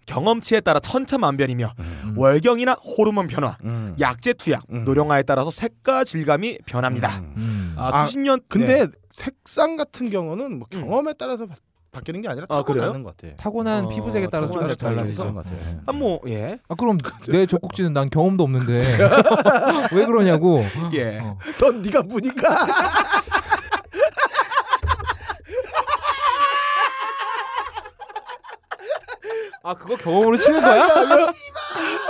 Speaker 3: 경험치에 따라 천차만별이며 월경이나 호르몬 변화,
Speaker 4: 음.
Speaker 3: 약제 투약,
Speaker 4: 음.
Speaker 3: 노령화에 따라서 색과 질감이 변합니다.
Speaker 5: 음.
Speaker 3: 아, 수십 년
Speaker 4: 근데 색상 같은 경우는 뭐
Speaker 3: 음.
Speaker 4: 경험에 따라서 바, 바뀌는 게 아니라
Speaker 3: 아, 그래요?
Speaker 4: 타고나는 것 같아.
Speaker 5: 타고난
Speaker 3: 어,
Speaker 5: 피부색에 따라서
Speaker 3: 타고난 그렇죠.
Speaker 5: 조금씩 달라져서.
Speaker 4: 것 같아.
Speaker 5: 네.
Speaker 3: 한뭐예
Speaker 5: 아 그럼 내 젖꼭지는 난 경험도 없는데 왜 그러냐고.
Speaker 3: 예.
Speaker 5: 어.
Speaker 4: 아, 넌 네가 보니까
Speaker 5: 아 그거 경험으로 치는 거야?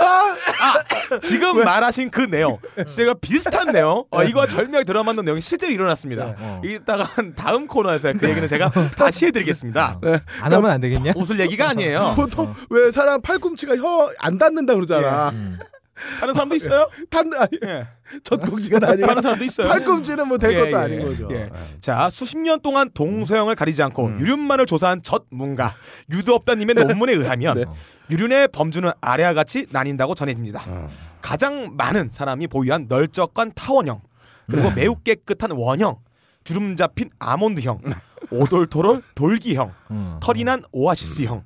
Speaker 3: 아, 지금 말하신 그 내용 제가 비슷한 내용
Speaker 4: 네.
Speaker 3: 어, 이거 절묘하게 들어맞는 내용이 실제로 일어났습니다.
Speaker 5: 어.
Speaker 3: 이따가 한 다음 코너에서 그 얘기는 제가 다시 해드리겠습니다.
Speaker 4: 네.
Speaker 5: 안
Speaker 3: 그러니까
Speaker 5: 하면 안 되겠냐?
Speaker 3: 웃을 얘기가 아니에요.
Speaker 4: 보통 왜 사람 팔꿈치가 혀 안 닿는다 그러잖아.
Speaker 5: 음.
Speaker 3: 다른 사람도 있어요?
Speaker 4: 단 아니,
Speaker 3: 예.
Speaker 4: 젖꼭지가 다니고
Speaker 3: 다른 사람도 있어요.
Speaker 4: 팔꿈치는 뭐 될
Speaker 3: 예,
Speaker 4: 것도
Speaker 3: 예,
Speaker 4: 아닌 거죠.
Speaker 3: 예. 자 수십 년 동안 동서양을 가리지 않고 유륜만을 조사한 젖문가 유두업다님의 논문에 의하면
Speaker 4: 네.
Speaker 3: 유륜의 범주는 아래와 같이 나뉜다고 전해집니다.
Speaker 4: 음.
Speaker 3: 가장 많은 사람이 보유한 널쩍한 타원형 그리고 매우 깨끗한 원형 주름 잡힌 아몬드형 오돌토롤 돌기형
Speaker 5: 음.
Speaker 3: 털이 난 오아시스형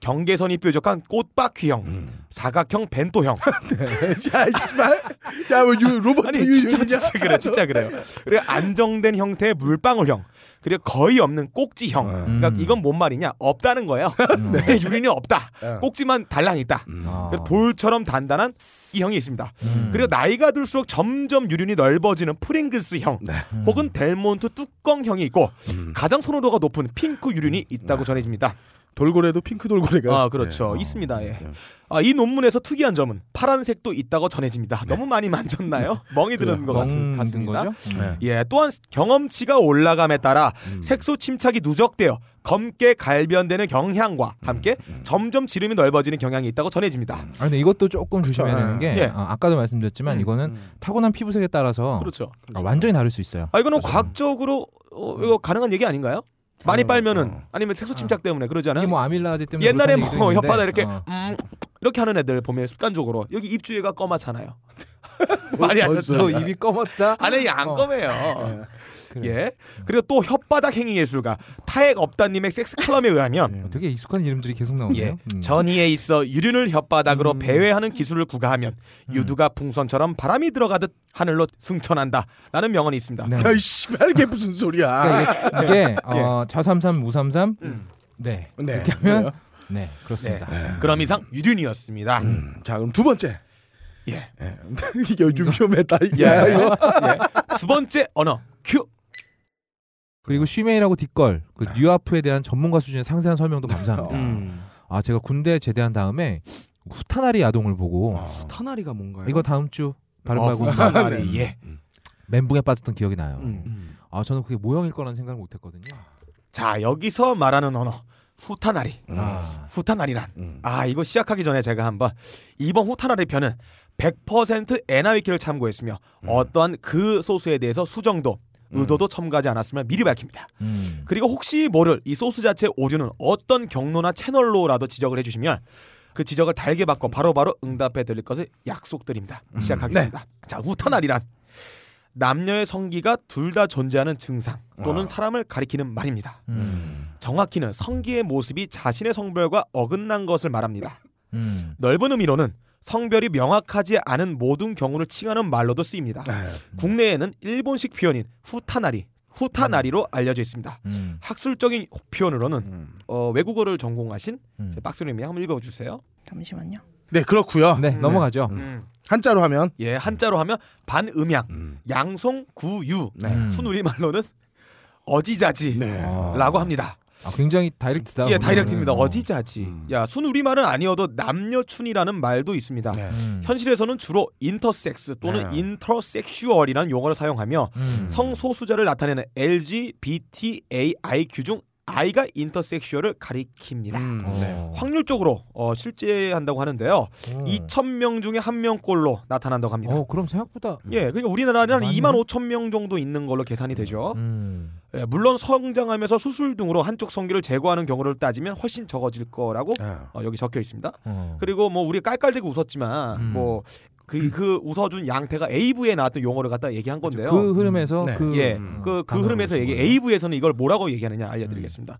Speaker 3: 경계선이 뾰족한 꽃바퀴형 사각형 벤토형
Speaker 4: 야 씨발, 야뭐 로버트
Speaker 3: 아니
Speaker 4: 유
Speaker 3: 진짜
Speaker 4: 유냐?
Speaker 3: 진짜 그래 진짜 그래요. 그리고 안정된 형태의 물방울형 그리고 거의 없는 꼭지형. 그러니까
Speaker 5: 음.
Speaker 3: 이건 뭔 말이냐 없다는 거예요.
Speaker 5: 음.
Speaker 3: 네, 유리는 없다.
Speaker 4: 예.
Speaker 3: 꼭지만 달랑 있다.
Speaker 4: 음.
Speaker 5: 아.
Speaker 3: 그리고 돌처럼 단단한 이 형이 있습니다.
Speaker 5: 음.
Speaker 3: 그리고 나이가 들수록 점점 유륜이 넓어지는 프링글스 형,
Speaker 4: 네.
Speaker 5: 음.
Speaker 3: 혹은 델몬트 뚜껑 형이 있고
Speaker 4: 음.
Speaker 3: 가장 선호도가 높은 핑크 유륜이 있다고 전해집니다.
Speaker 4: 돌고래도 핑크 돌고래가
Speaker 3: 아 그렇죠,
Speaker 4: 네.
Speaker 3: 있습니다. 예.
Speaker 4: 네.
Speaker 3: 아, 이 논문에서 특이한 점은 파란색도 있다고 전해집니다. 너무 많이 만졌나요? 멍이 드는 것 같은,
Speaker 5: 멍든
Speaker 3: 같습니다.
Speaker 5: 거죠? 음.
Speaker 3: 예, 또한 경험치가 올라감에 따라
Speaker 4: 음.
Speaker 3: 색소 침착이 누적되어 검게 갈변되는 경향과
Speaker 5: 음,
Speaker 3: 함께 점점 지름이 넓어지는 경향이 있다고 전해집니다.
Speaker 5: 아 근데 이것도 조금 조심해야
Speaker 4: 그렇죠.
Speaker 5: 되는 게
Speaker 3: 예.
Speaker 5: 아, 아까도 말씀드렸지만
Speaker 3: 음,
Speaker 5: 이거는 타고난 피부색에 따라서
Speaker 3: 그렇죠.
Speaker 5: 아, 완전히 다를 수 있어요.
Speaker 3: 아 이거는 과학적으로 어, 이거 가능한 얘기 아닌가요? 많이 빨면은 아니면 색소 침착 때문에 그러지
Speaker 5: 어. 이게
Speaker 3: 않아요?
Speaker 5: 뭐 아밀라제 때문에
Speaker 3: 옛날에
Speaker 5: 그렇다는
Speaker 3: 뭐
Speaker 5: 얘기도 있는데,
Speaker 3: 혓바닥 이렇게
Speaker 5: 어.
Speaker 3: 음, 이렇게 하는 애들 보면 습관적으로 여기 입주위가 검하잖아요. 뭐 많이
Speaker 5: 너
Speaker 3: 하셨죠?
Speaker 5: 입이 검었다.
Speaker 3: 안에 안
Speaker 5: 어. 네.
Speaker 3: 검해요.
Speaker 5: 그래.
Speaker 3: 예. 그리고 또 혓바닥 행위 예술가 타액 업다님의 섹스 칼럼에 의하면
Speaker 5: 어, 되게 익숙한 이름들이 계속 나오네요.
Speaker 3: 예.
Speaker 5: 음.
Speaker 3: 전이에 있어 유륜을 혓바닥으로 배회하는 기술을 구가하면
Speaker 5: 음.
Speaker 3: 유두가 풍선처럼 바람이 들어가듯 하늘로 승천한다라는 명언이 있습니다.
Speaker 5: 네.
Speaker 4: 야이 씨발 이게 무슨 소리야?
Speaker 5: 그러니까 이게, 이게 어, 좌삼삼 우삼삼
Speaker 3: 예. 음.
Speaker 5: 네
Speaker 4: 네.
Speaker 5: 이렇게 하면 네 음. 그렇습니다.
Speaker 3: 그럼 이상 유륜이었습니다.
Speaker 4: 음, 자 그럼 두 번째.
Speaker 3: 예.
Speaker 4: 예. 이게 요즘 위험했다.
Speaker 3: 예.
Speaker 4: 야 이거.
Speaker 3: 예. 두 번째 언어 큐.
Speaker 5: 그리고 쉬메이라고 뒷걸 그 뉴아프에 대한 전문가 수준의 상세한 설명도
Speaker 3: 어.
Speaker 5: 감사합니다.
Speaker 3: 음.
Speaker 5: 아 제가 군대 제대한 다음에 후타나리 아동을 보고
Speaker 7: 터나리가 뭔가요?
Speaker 5: 이거 다음 주
Speaker 3: 어,
Speaker 5: 발음하고
Speaker 3: 후타나리. 예.
Speaker 5: 멘붕에 빠졌던 기억이 나요.
Speaker 3: 음.
Speaker 5: 아 저는 그게 모형일 거라는 생각을 못했거든요.
Speaker 3: 자 여기서 말하는 언어 후타나리.
Speaker 5: 아,
Speaker 3: 후타나리란.
Speaker 4: 음.
Speaker 3: 아 이거 시작하기 전에 제가 한번 이번 후타나리 편은 100% 에나위키를 참고했으며 어떠한 그 소스에 대해서 수정도 의도도 첨가하지 않았음을 미리 밝힙니다.
Speaker 5: 음.
Speaker 3: 그리고 혹시 모를 이 소스 자체 오류는 어떤 경로나 채널로라도 지적을 해주시면 그 지적을 달게 받고 바로바로 응답해 드릴 것을 약속드립니다. 시작하겠습니다. 자, 후타날이란 남녀의 성기가 둘 다 존재하는 증상 또는 사람을 가리키는 말입니다.
Speaker 5: 음.
Speaker 3: 정확히는 성기의 모습이 자신의 성별과 어긋난 것을 말합니다.
Speaker 5: 음.
Speaker 3: 넓은 의미로는 성별이 명확하지 않은 모든 경우를 칭하는 말로도 쓰입니다.
Speaker 5: 아. 네.
Speaker 4: 아,
Speaker 5: 음.
Speaker 3: 국내에는 일본식 표현인 후타나리, 후타나리로 알려져 있습니다.
Speaker 5: 음.
Speaker 3: 학술적인 표현으로는
Speaker 4: 음.
Speaker 3: 어, 외국어를 전공하신
Speaker 5: 음.
Speaker 3: 제 박수님이 한번 읽어주세요.
Speaker 2: 잠시만요.
Speaker 4: 네 그렇고요.
Speaker 5: 네
Speaker 3: 음.
Speaker 5: 넘어가죠.
Speaker 4: 한자로 하면
Speaker 3: 예, 한자로 하면 반음양, 양송구유,
Speaker 5: 음.
Speaker 3: 순우리말로는 어지자지라고
Speaker 4: 네.
Speaker 3: 합니다.
Speaker 5: 아, 굉장히 다이렉트다.
Speaker 3: 예,
Speaker 5: 그거는.
Speaker 3: 다이렉트입니다.
Speaker 5: 어.
Speaker 3: 어지자지. 야, 순우리말은 아니어도 남녀춘이라는 말도 있습니다.
Speaker 4: 네.
Speaker 5: 음. 아.
Speaker 3: 현실에서는 주로 인터섹스 또는
Speaker 4: 네.
Speaker 3: 인터섹슈얼이라는 용어를 사용하며
Speaker 5: 음.
Speaker 3: 성소수자를 나타내는 LGBTAIQ 중 아이가 인터섹슈얼을 가리킵니다.
Speaker 4: 음, 네.
Speaker 5: 어.
Speaker 3: 확률적으로 어, 실제한다고 하는데요.
Speaker 5: 어.
Speaker 3: 2천 명 중에 한 명꼴로 나타난다고 합니다.
Speaker 5: 어 그럼 생각보다
Speaker 3: 예, 그러니까 우리나라는 한
Speaker 5: 맞네.
Speaker 3: 2만 5천 명 정도 있는 걸로 계산이 되죠.
Speaker 5: 음.
Speaker 3: 예, 물론 성장하면서 수술 등으로 한쪽 성기를 제거하는 경우를 따지면 훨씬 적어질 거라고
Speaker 5: 네.
Speaker 4: 아,
Speaker 3: 어, 여기 적혀 있습니다.
Speaker 5: 어.
Speaker 3: 그리고 뭐 우리가 깔깔대고 웃었지만
Speaker 5: 음.
Speaker 3: 뭐 그, 그 웃어준 양태가 AV에 나왔던 용어를 갖다 얘기한 건데요.
Speaker 5: 그 흐름에서
Speaker 4: 음. 네.
Speaker 5: 그
Speaker 3: 예,
Speaker 4: 음.
Speaker 3: 그, 그
Speaker 5: 단어를
Speaker 3: 흐름에서 얘기
Speaker 5: 쓰고요.
Speaker 3: AV에서는 이걸 뭐라고 얘기하느냐
Speaker 5: 음.
Speaker 3: 알려드리겠습니다.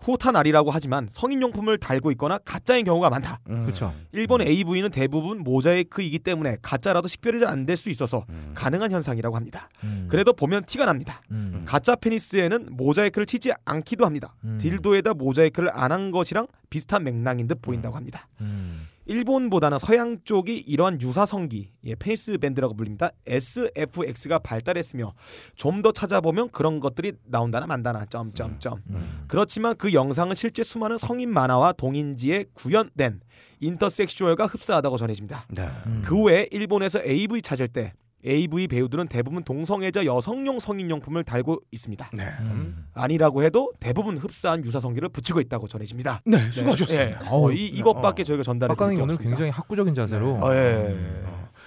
Speaker 3: 후탄알이라고 하지만 성인용품을 달고 있거나 가짜인 경우가 많다.
Speaker 4: 음.
Speaker 5: 그렇죠.
Speaker 3: 일본 AV는 대부분 모자이크이기 때문에 가짜라도 식별이 잘 안 될 수 있어서
Speaker 4: 음.
Speaker 3: 가능한 현상이라고 합니다.
Speaker 5: 음.
Speaker 3: 그래도 보면 티가 납니다.
Speaker 5: 음.
Speaker 3: 가짜 페니스에는 모자이크를 치지 않기도 합니다.
Speaker 5: 음.
Speaker 3: 딜도에다 모자이크를 안 한 것이랑 비슷한 맥락인 듯 보인다고 합니다.
Speaker 5: 음.
Speaker 3: 일본보다는 서양 쪽이 이러한 유사 성기, 예, 페니스 밴드라고 불립니다. SFX가 발달했으며 좀 더 찾아보면 그런 것들이 나온다나 만다나 점점점.
Speaker 5: 음.
Speaker 3: 그렇지만 그 영상은 실제 수많은 성인 만화와 동인지에 구현된 인터섹슈얼과 흡사하다고 전해집니다.
Speaker 4: 네.
Speaker 5: 음.
Speaker 3: 그 외에 일본에서 AV 찾을 때 AV 배우들은 대부분 동성애자 여성용 성인용품을 달고 있습니다.
Speaker 4: 네.
Speaker 5: 음.
Speaker 3: 아니라고 해도 대부분 흡사한 유사 성기를 붙이고 있다고 전해집니다.
Speaker 4: 네, 수고하셨습니다.
Speaker 3: 예. 어, 이 이것밖에
Speaker 4: 어.
Speaker 3: 저희가 전달해 드릴
Speaker 5: 빡강이
Speaker 3: 게
Speaker 5: 오늘
Speaker 3: 없습니다.
Speaker 5: 굉장히 학구적인 자세로
Speaker 3: 어, 예.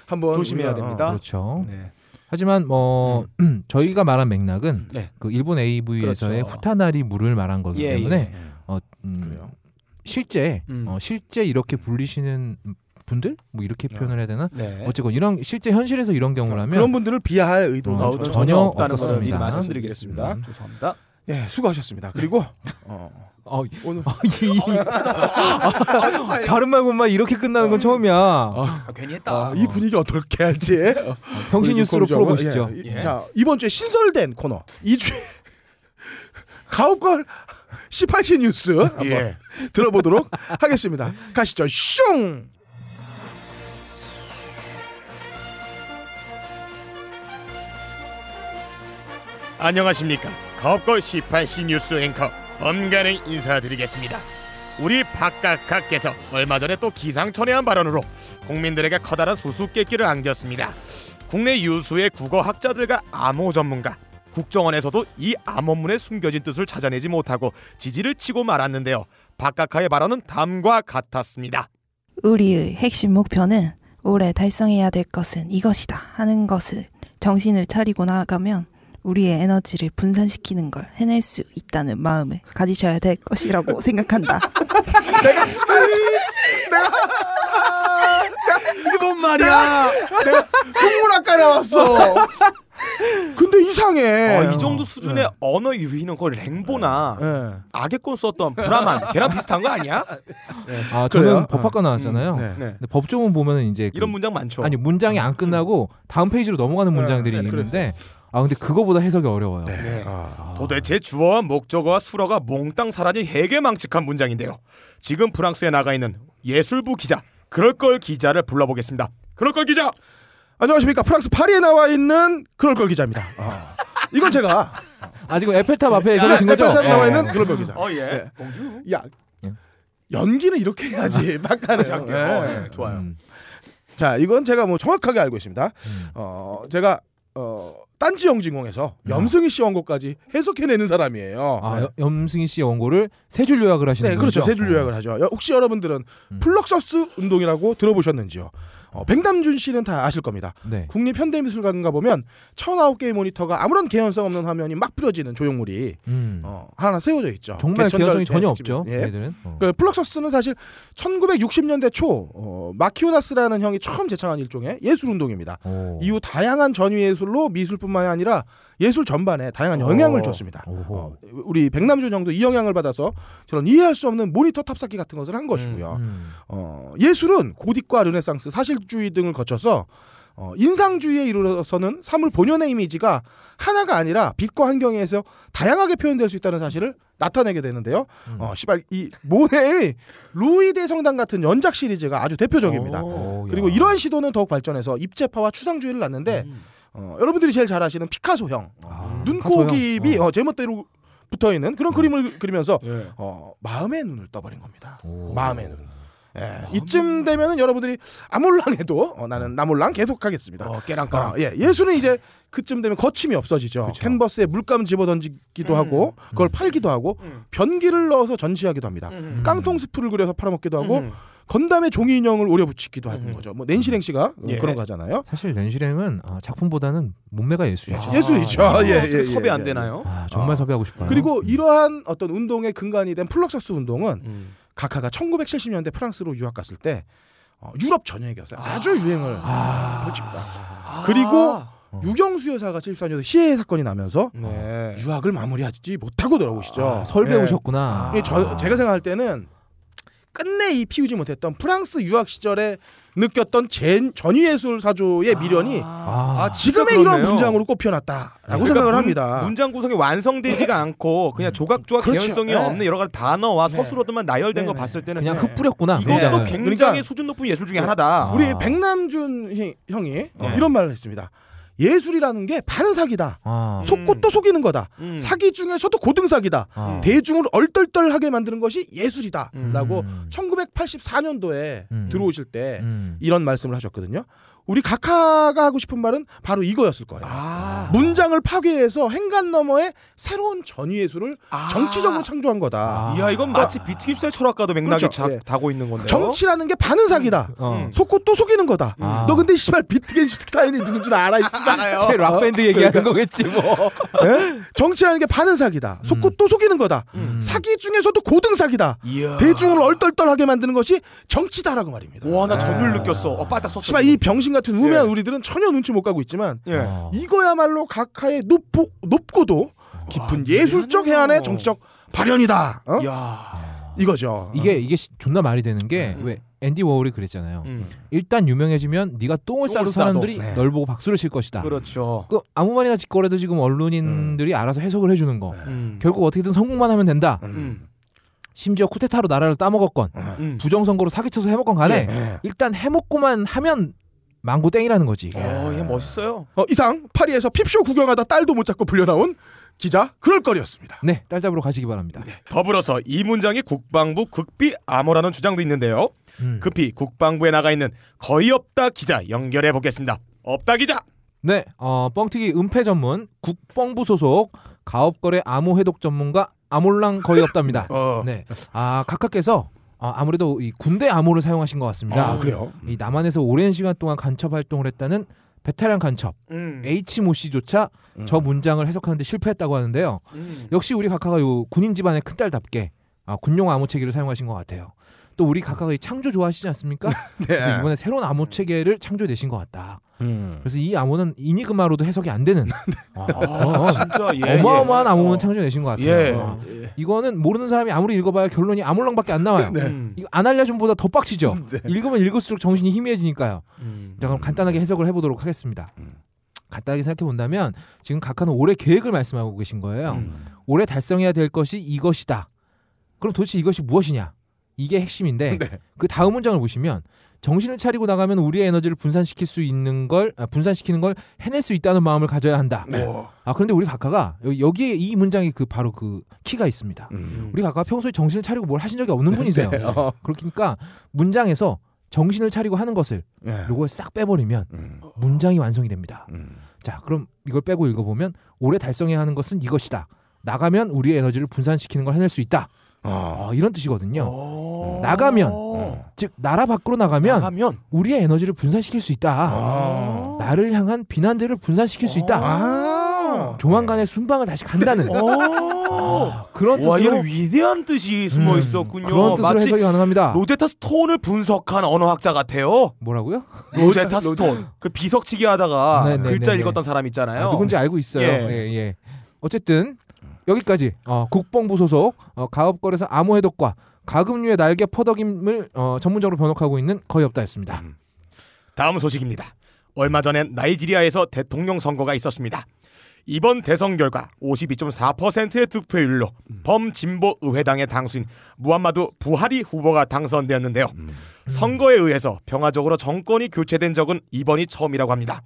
Speaker 4: 한번
Speaker 3: 조심해야
Speaker 4: 우리가, 어,
Speaker 3: 됩니다.
Speaker 5: 그렇죠.
Speaker 3: 네.
Speaker 5: 하지만 뭐 저희가 말한 맥락은
Speaker 3: 네.
Speaker 5: 그 일본 AV에서의
Speaker 3: 그렇죠.
Speaker 5: 후타나리 물을 말한 거기
Speaker 3: 예,
Speaker 5: 때문에
Speaker 4: 예.
Speaker 5: 어, 음,
Speaker 4: 그래요.
Speaker 5: 실제
Speaker 3: 음.
Speaker 5: 어, 실제 이렇게 불리시는 분들 뭐 이렇게 표현을 해야 되나?
Speaker 3: 네.
Speaker 5: 어쨌건 이런 실제 현실에서 이런 경우라면
Speaker 4: 그런 분들을 비하할 의도가
Speaker 5: 어,
Speaker 3: 나오는
Speaker 5: 전혀
Speaker 3: 전혀 없다는 것을
Speaker 5: 없었습니다.
Speaker 3: 미리 말씀드리겠습니다.
Speaker 5: 음.
Speaker 3: 죄송합니다.
Speaker 4: 예, 수고하셨습니다. 그리고 어,
Speaker 5: 어,
Speaker 4: 오늘
Speaker 5: 아, 이- 이- 아, 발음 말고만 이렇게 끝나는 건 처음이야.
Speaker 3: 아, 괜히 했다.
Speaker 4: 아, 이 분위기 어떻게 할지
Speaker 5: 평신 그 뉴스로
Speaker 4: 공정을-
Speaker 5: 풀어보시죠.
Speaker 4: 예, 이-
Speaker 3: 예.
Speaker 4: 자 이번 주에 신설된 코너 이주 가옥걸 18시 뉴스 한번
Speaker 3: 예.
Speaker 4: 들어보도록 하겠습니다. 가시죠. 슝.
Speaker 7: 안녕하십니까. 겁걸 18시 뉴스 앵커 범간의 인사드리겠습니다. 우리 박각각께서 얼마 전에 또 기상천외한 발언으로 국민들에게 커다란 수수께끼를 안겼습니다. 국내 유수의 국어학자들과 암호 전문가 국정원에서도 이 암호문의 숨겨진 뜻을 찾아내지 못하고 지지를 치고 말았는데요. 박각하의 발언은 다음과 같았습니다.
Speaker 6: 우리의 핵심 목표는 올해 달성해야 될 것은 이것이다 하는 것을 정신을 차리고 나아가면 우리의 에너지를 분산시키는 걸 해낼 수 있다는 마음을 가지셔야 될 것이라고 생각한다.
Speaker 3: 이게 뭔 말이야?
Speaker 4: 동물학과 나왔어. 근데 이상해.
Speaker 7: 네.
Speaker 3: 어, 이 정도 수준의 언어 유희는 거의 랭보나
Speaker 4: 예.
Speaker 3: 악의권 썼던 브라만 걔랑 비슷한 거 아니야?
Speaker 4: 그래요?
Speaker 5: 아, 저는 법학과 나왔잖아요.
Speaker 4: 네.
Speaker 3: 네.
Speaker 5: 근데 법조문 보면은 이제 그-
Speaker 3: 이런 문장 많죠.
Speaker 5: 아니 문장이 안 끝나고 다음 페이지로 넘어가는 문장들이
Speaker 4: 네,
Speaker 5: 있는데 아 근데 그거보다 해석이 어려워요.
Speaker 3: 네.
Speaker 4: 아,
Speaker 3: 도대체 주어와 목적어와 수어가 몽땅 사라진 해괴망측한 문장인데요. 지금 프랑스에 나가 있는 예술부 기자 그럴 걸 기자를 불러보겠습니다. 그럴 걸 기자.
Speaker 4: 안녕하십니까 프랑스 파리에 나와 있는 그럴 걸 기자입니다. 아. 이건 제가
Speaker 5: 아 지금 에펠탑 앞에
Speaker 4: 네,
Speaker 5: 서계신 거죠?
Speaker 4: 에펠탑에 나와
Speaker 5: 어.
Speaker 4: 있는 그럴 걸 기자.
Speaker 3: 어 예.
Speaker 4: 예.
Speaker 3: 공주.
Speaker 4: 야
Speaker 5: 예.
Speaker 4: 연기는 이렇게 해야지 막 가는
Speaker 3: 장기.
Speaker 4: 예.
Speaker 3: 어, 예. 좋아요.
Speaker 5: 음.
Speaker 4: 자 이건 제가 뭐 정확하게 알고 있습니다.
Speaker 5: 음.
Speaker 4: 어 제가 어 딴지영진공에서
Speaker 5: 음.
Speaker 4: 염승희 씨 원고까지 해석해내는 사람이에요.
Speaker 5: 아
Speaker 4: 네.
Speaker 5: 여- 염승희 씨의 원고를 세 줄 요약을 하시는
Speaker 4: 네, 그렇죠.
Speaker 5: 거죠?
Speaker 4: 세 줄 요약을 하죠. 여- 혹시 여러분들은
Speaker 5: 음.
Speaker 4: 플럭서스 운동이라고 들어보셨는지요? 어, 백남준 씨는 다 아실 겁니다.
Speaker 5: 네.
Speaker 4: 국립 현대미술관인가 보면 1009개의 모니터가 아무런 개연성 없는 화면이 막 뿌려지는 조형물이
Speaker 5: 음.
Speaker 4: 어, 하나 세워져 있죠.
Speaker 5: 정말
Speaker 4: 개천절
Speaker 5: 개연성이 전혀
Speaker 4: 집이-
Speaker 5: 없죠.
Speaker 4: 예.
Speaker 5: 얘들은. 어.
Speaker 4: 그 플럭서스는 사실 1960년대 초 어, 마키오나스라는 형이 처음 제창한 일종의 예술 운동입니다.
Speaker 5: 오.
Speaker 4: 이후 다양한 전위 예술로 미술뿐만이 아니라 예술 전반에 다양한 영향을
Speaker 3: 어.
Speaker 4: 줬습니다.
Speaker 5: 오호.
Speaker 4: 어, 우리 백남준 형도 이 영향을 받아서 저런 이해할 수 없는 모니터 탑쌓기 같은 것을 한 것이고요.
Speaker 5: 음.
Speaker 4: 어, 예술은 고딕과 르네상스, 사실주의 등을 거쳐서 어, 인상주의에 이르러서는 사물 본연의 이미지가 하나가 아니라 빛과 환경에서 다양하게 표현될 수 있다는 사실을 나타내게 되는데요.
Speaker 5: 음.
Speaker 4: 어, 시발 이 모네의 루이 대성당 같은 연작 시리즈가 아주 대표적입니다.
Speaker 5: 오, 어, 야.
Speaker 4: 어, 그리고 이러한 시도는 더욱 발전해서 입체파와 추상주의를 났는데
Speaker 3: 음.
Speaker 4: 어, 여러분들이 제일 잘 아시는 피카소형
Speaker 5: 아,
Speaker 4: 눈,
Speaker 5: 가소형.
Speaker 4: 코, 입이
Speaker 5: 어.
Speaker 4: 어, 제멋대로 붙어 있는 그런 그림을 그리면서
Speaker 3: 예.
Speaker 4: 어, 마음의 눈을 떠버린 겁니다.
Speaker 5: 오.
Speaker 4: 마음의 눈. 예, 예, 이쯤 되면은 여러분들이 아몰랑해도 어, 나는 나몰랑 계속하겠습니다.
Speaker 3: 어, 깨랑까랑.
Speaker 4: 아, 예, 예술은 이제 그쯤 되면 거침이 없어지죠.
Speaker 5: 그쵸.
Speaker 4: 캔버스에 물감 집어 던지기도 하고 그걸 팔기도 하고 변기를 넣어서 전시하기도 합니다.
Speaker 3: 음.
Speaker 4: 깡통 스프를 그려서 팔아먹기도 하고
Speaker 3: 음.
Speaker 4: 건담의 종이 인형을 오려붙이기도 하는
Speaker 3: 음.
Speaker 4: 거죠. 뭐 낸시랭 씨가
Speaker 3: 예.
Speaker 4: 그런 거 하잖아요.
Speaker 5: 사실 렌실행은 아, 작품보다는 몸매가 예술이죠.
Speaker 3: 아,
Speaker 4: 예술이죠.
Speaker 3: 아,
Speaker 4: 예, 예,
Speaker 3: 어떻게
Speaker 4: 예,
Speaker 3: 섭외 안
Speaker 4: 예.
Speaker 3: 되나요?
Speaker 5: 아, 정말
Speaker 4: 아.
Speaker 5: 섭외하고 싶어요.
Speaker 4: 그리고 이러한 어떤 운동의 근간이 된 플럭서스 운동은
Speaker 3: 음.
Speaker 4: 가카가 1970년대 프랑스로 유학 갔을 때 어, 유럽 전역이었어요. 아주 유행을 펼칩니다.
Speaker 3: 아.
Speaker 4: 그리고 유경수 여사가 74년도 시해 사건이 나면서
Speaker 3: 네.
Speaker 4: 유학을 마무리하지 못하고 돌아오시죠.
Speaker 5: 아, 설배
Speaker 4: 예.
Speaker 5: 오셨구나.
Speaker 4: 예, 저, 제가 생각할 때는 끝내 이 피우지 못했던 프랑스 유학 시절에 느꼈던 젠, 전위예술 사조의 미련이
Speaker 5: 아,
Speaker 3: 아, 진짜
Speaker 4: 지금의 이런
Speaker 3: 그렇네요.
Speaker 4: 문장으로 꼽혀놨다라고
Speaker 3: 그러니까
Speaker 4: 생각을
Speaker 3: 문-
Speaker 4: 합니다.
Speaker 3: 문장 구성이 완성되지가 않고 그냥 조각조각
Speaker 4: 아. 그렇죠.
Speaker 3: 개연성이
Speaker 4: 네.
Speaker 3: 없는 여러 가지 단어와
Speaker 4: 네.
Speaker 3: 서술어들만 나열된
Speaker 4: 네,
Speaker 3: 거
Speaker 4: 네.
Speaker 3: 봤을 때는
Speaker 5: 그냥 흙 뿌렸구나.
Speaker 3: 이것도
Speaker 5: 그냥.
Speaker 3: 굉장히
Speaker 4: 그러니까- 뭐,
Speaker 3: 수준 높은 예술 중에 하나다.
Speaker 5: 아.
Speaker 4: 우리 백남준 형- 형이 어,
Speaker 3: 네.
Speaker 4: 이런 말을 했습니다. 예술이라는 게 반은 사기다.
Speaker 5: 아,
Speaker 4: 속고 또 속이는 거다.
Speaker 3: 음.
Speaker 4: 사기 중에서도 고등 사기다.
Speaker 5: 아.
Speaker 4: 대중을 얼떨떨하게 만드는 것이 예술이다라고
Speaker 5: 음.
Speaker 4: 1984년도에
Speaker 5: 음.
Speaker 4: 들어오실 때
Speaker 5: 음.
Speaker 4: 이런 말씀을 하셨거든요. 우리 각하가 하고 싶은 말은 바로 이거였을 거예요.
Speaker 3: 아.
Speaker 4: 문장을 파괴해서 행간 너머의 새로운 전위예술을
Speaker 3: 아.
Speaker 4: 정치적으로 창조한 거다.
Speaker 5: 아.
Speaker 3: 이야 이건 마치 비트깁스의 철학과도 맥락이
Speaker 4: 그렇죠.
Speaker 3: 자,
Speaker 4: 예.
Speaker 3: 다고 있는 건데요.
Speaker 4: 정치라는 게 반은 사기다.
Speaker 5: 어.
Speaker 3: 음.
Speaker 4: 속고 또 속이는 거다.
Speaker 5: 아.
Speaker 4: 너 근데 씨발 비트겐슈타인이 누군지 알아? 이 씨발.
Speaker 3: 알아요.
Speaker 5: 제 락밴드 얘기하는
Speaker 4: 그러니까.
Speaker 5: 거겠지 뭐.
Speaker 4: 예? 정치라는 게 반은 사기다. 속고
Speaker 5: 음.
Speaker 4: 또 속이는 거다. 사기 중에서도 고등 사기다.
Speaker 3: 이야.
Speaker 4: 음. 대중을 얼떨떨하게 만드는 것이 정치다라고 말입니다. 네.
Speaker 3: 와 나 전율 느꼈어. 어, 빨딱 썼어.
Speaker 4: 씨발 이 병신 같은 우매한
Speaker 3: 예.
Speaker 4: 우리들은 전혀 눈치 못 가고 있지만
Speaker 3: 예.
Speaker 5: 어.
Speaker 4: 이거야말로 각하의 높고, 높고도 깊은 예술적
Speaker 3: 미안해요.
Speaker 4: 해안의 정치적 발현이다. 어?
Speaker 3: 야.
Speaker 4: 이거죠.
Speaker 5: 이게 이게 시- 존나 말이 되는 게 왜 앤디 워홀이 그랬잖아요.
Speaker 3: 음.
Speaker 5: 일단 유명해지면 네가 똥을 싸도
Speaker 3: 똥을 싸도.
Speaker 5: 사람들이
Speaker 4: 네.
Speaker 5: 널 보고 박수를 칠 것이다.
Speaker 3: 그렇죠.
Speaker 5: 그 아무 말이나 짓거려도 지금 언론인들이 알아서 해석을 해주는 거.
Speaker 3: 음.
Speaker 5: 결국 어떻게든 성공만 하면 된다.
Speaker 3: 음.
Speaker 5: 심지어 쿠데타로 나라를 따먹었건
Speaker 3: 음. 네.
Speaker 5: 부정선거로 사기쳐서 해먹건 간에
Speaker 4: 네.
Speaker 5: 일단 해먹고만 하면 망고 땡이라는 거지.
Speaker 3: 어, 얘 멋있어요.
Speaker 4: 어, 이상 파리에서 핍쇼 구경하다 딸도 못 잡고 불려나온 기자 그럴거리였습니다.
Speaker 5: 네, 딸 잡으러 가시기 바랍니다.
Speaker 3: 네. 더불어서 이 문장이 국방부 극비 암호라는 주장도 있는데요.
Speaker 5: 음.
Speaker 3: 급히 국방부에 나가 있는 거의 없다 기자 연결해 보겠습니다. 없다 기자.
Speaker 5: 네, 어, 뻥튀기 은폐 전문 국방부 소속 가업거래 암호 해독 전문가 아몰랑 거의 없답니다.
Speaker 3: 어.
Speaker 5: 네, 아 각하께서 아, 아무래도 이 군대 암호를 사용하신 것
Speaker 3: 아.
Speaker 5: 같습니다.
Speaker 4: 그래요.
Speaker 5: 이 남한에서 오랜 시간 동안 간첩 활동을 했다는 베테랑 간첩
Speaker 3: 음.
Speaker 5: H 모 씨조차 저 문장을 해석하는데 실패했다고 하는데요.
Speaker 3: 음.
Speaker 5: 역시 우리 각하가 요 군인 집안의 큰딸답게 아, 군용 암호 체계를 사용하신 것 같아요. 또 우리 각하가 이 창조 좋아하시지 않습니까?
Speaker 3: 네.
Speaker 5: 그래서 이번에 새로운 암호 체계를 창조해내신 것 같다.
Speaker 4: 음.
Speaker 5: 그래서 이 암호는 이니그마로도 해석이 안 되는 어, 어,
Speaker 3: 진짜 네. 아, 예, 예.
Speaker 5: 어마어마한 암호는
Speaker 3: 어.
Speaker 5: 창조해내신 것 같아요.
Speaker 3: 예.
Speaker 4: 음.
Speaker 5: 어, 이거는 모르는 사람이 아무리 읽어봐야 결론이 아몰랑밖에 안 나와요.
Speaker 4: 네.
Speaker 3: 음.
Speaker 5: 이거 안 알려준보다 더 빡치죠.
Speaker 4: 음.
Speaker 5: 읽으면 읽을수록 정신이 희미해지니까요.
Speaker 8: 음.
Speaker 5: 자 그럼 간단하게 해석을 해보도록 하겠습니다. 간단하게 생각해 본다면 지금 각하는 올해 계획을 말씀하고 계신 거예요.
Speaker 4: 음.
Speaker 5: 올해 달성해야 될 것이 이것이다. 그럼 도대체 이것이 무엇이냐? 이게 핵심인데 그 다음 문장을 보시면 정신을 차리고 나가면 우리의 에너지를 분산시킬 수 있는 걸 아, 분산시키는 걸 해낼 수 있다는 마음을 가져야 한다. 아 그런데 우리 각하가 여- 여기에 이 문장이 그 바로 그 키가 있습니다.
Speaker 8: 음.
Speaker 4: 음.
Speaker 5: 우리 각하 평소에 정신을 차리고 뭘 하신 적이 없는 분이세요.
Speaker 4: 네. 어.
Speaker 5: 어, 그렇니까 그러니까 문장에서 정신을 차리고 하는 것을
Speaker 8: 예.
Speaker 4: 음.
Speaker 5: 요걸 싹 빼버리면
Speaker 8: 음.
Speaker 5: 문장이 완성이 됩니다. 자, 그럼 이걸 빼고 읽어보면 올해 달성해야 하는 것은 이것이다. 나가면 우리의 에너지를 분산시키는 걸 해낼 수 있다.
Speaker 3: 아.
Speaker 5: 어, 이런 뜻이거든요.
Speaker 3: 어.
Speaker 5: 나가면.
Speaker 3: 어.
Speaker 5: 즉 나라 밖으로 나가면
Speaker 3: 나가면
Speaker 5: 우리의 에너지를 분산시킬 수 있다.
Speaker 3: 어.
Speaker 5: 나를 향한 비난들을 분산시킬 수 있다.
Speaker 4: 아,
Speaker 5: 조만간의 순방을 다시 간다는
Speaker 3: 어.
Speaker 5: 그런
Speaker 3: 네. 와
Speaker 5: 뜻으로
Speaker 3: 이런 위대한 뜻이 숨어
Speaker 5: 음,
Speaker 3: 있었군요.
Speaker 5: 그런 뜻으로
Speaker 3: 마치
Speaker 5: 해석이 가능합니다.
Speaker 3: 로제타 스톤을 분석한 언어학자 같아요.
Speaker 5: 뭐라고요?
Speaker 3: 로제타 스톤 그 비석치기 하다가
Speaker 5: 네, 네,
Speaker 3: 글자
Speaker 5: 네, 네.
Speaker 3: 읽었던 사람
Speaker 5: 아,
Speaker 3: 있잖아요.
Speaker 5: 누군지 알고 있어요.
Speaker 3: 예.
Speaker 5: 예, 예. 어쨌든 여기까지 어, 국방부 소속 어, 가업거래사 암호해독과 가금류의 날개 퍼덕임을 어, 전문적으로 번역하고 있는 거의 없다였습니다.
Speaker 3: 다음 소식입니다. 얼마 전엔 나이지리아에서 대통령 선거가 있었습니다. 이번 대선 결과 52.4%의 득표율로
Speaker 5: 음.
Speaker 3: 범진보 의회당의 당수인 무함마두 부하리 후보가 당선되었는데요.
Speaker 5: 음.
Speaker 3: 선거에 의해서 평화적으로 정권이 교체된 적은 이번이 처음이라고 합니다.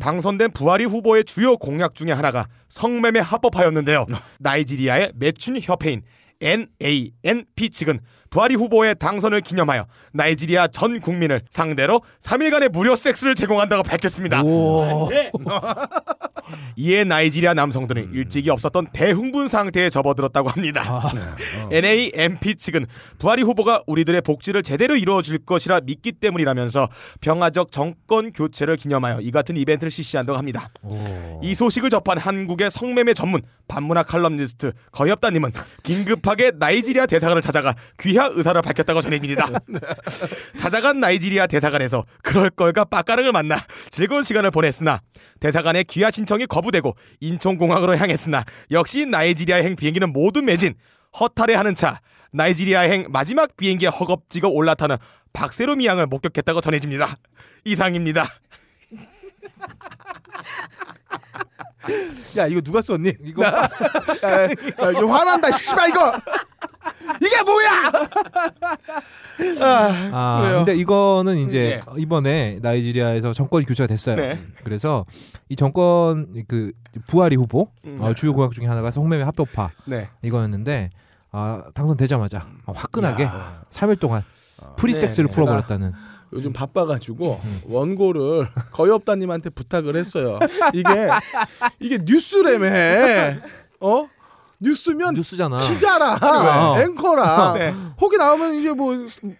Speaker 3: 당선된 부하리 후보의 주요 공약 중에 하나가 성매매 합법화였는데요. 나이지리아의 매춘 협회인 NANP 측은 부하리 후보의 당선을 기념하여 나이지리아 전 국민을 상대로 3일간의 무료 섹스를 제공한다고 밝혔습니다. 네. 이에 나이지리아 남성들은 일찍이 없었던 대흥분 상태에 접어들었다고 합니다. NAMP 측은 부하리 후보가 우리들의 복지를 제대로 이루어줄 것이라 믿기 때문이라면서 평화적 정권 교체를 기념하여 이 같은 이벤트를 실시한다고 합니다. 이 소식을 접한 한국의 성매매 전문 반문학 칼럼니스트 거엽다님은 긴급하게 나이지리아 대사관을 찾아가 귀하 의사를 밝혔다고 전해집니다. 찾아간 나이지리아 대사관에서 그럴 걸과 빡가릉을 만나 즐거운 시간을 보냈으나 대사관의 귀하 신청이 거부되고 인천공항으로 향했으나 역시 나이지리아행 비행기는 모두 매진 허탈해하는 차 나이지리아행 마지막 비행기에 허겁지겁 올라타는 박세로 미양을 목격했다고 전해집니다. 이상입니다.
Speaker 4: 야 이거 누가 썼니?
Speaker 5: 이거
Speaker 4: 야, 야, 이거 화난다 씨발 이거 이게 뭐야?
Speaker 5: 아,
Speaker 4: 왜요? 예.
Speaker 5: 근데 이거는 이제 이번에 나이지리아에서 정권 교체가 됐어요.
Speaker 3: 네.
Speaker 5: 그래서 이 정권 그 부하리 후보
Speaker 3: 음.
Speaker 5: 어, 주요 공약 중에 하나가 성매매 합법화
Speaker 3: 네.
Speaker 5: 이거였는데 아, 당선되자마자 화끈하게 3일 동안 프리섹스를
Speaker 4: 네, 네.
Speaker 5: 풀어버렸다는.
Speaker 8: 요즘 바빠가지고 원고를 거의 없다님한테 부탁을 했어요. 이게 이게 뉴스라며 어 뉴스면
Speaker 5: 뉴스잖아.
Speaker 8: 기자라
Speaker 5: 네.
Speaker 8: 앵커라
Speaker 3: 네.
Speaker 8: 혹이 나오면 이제 뭐,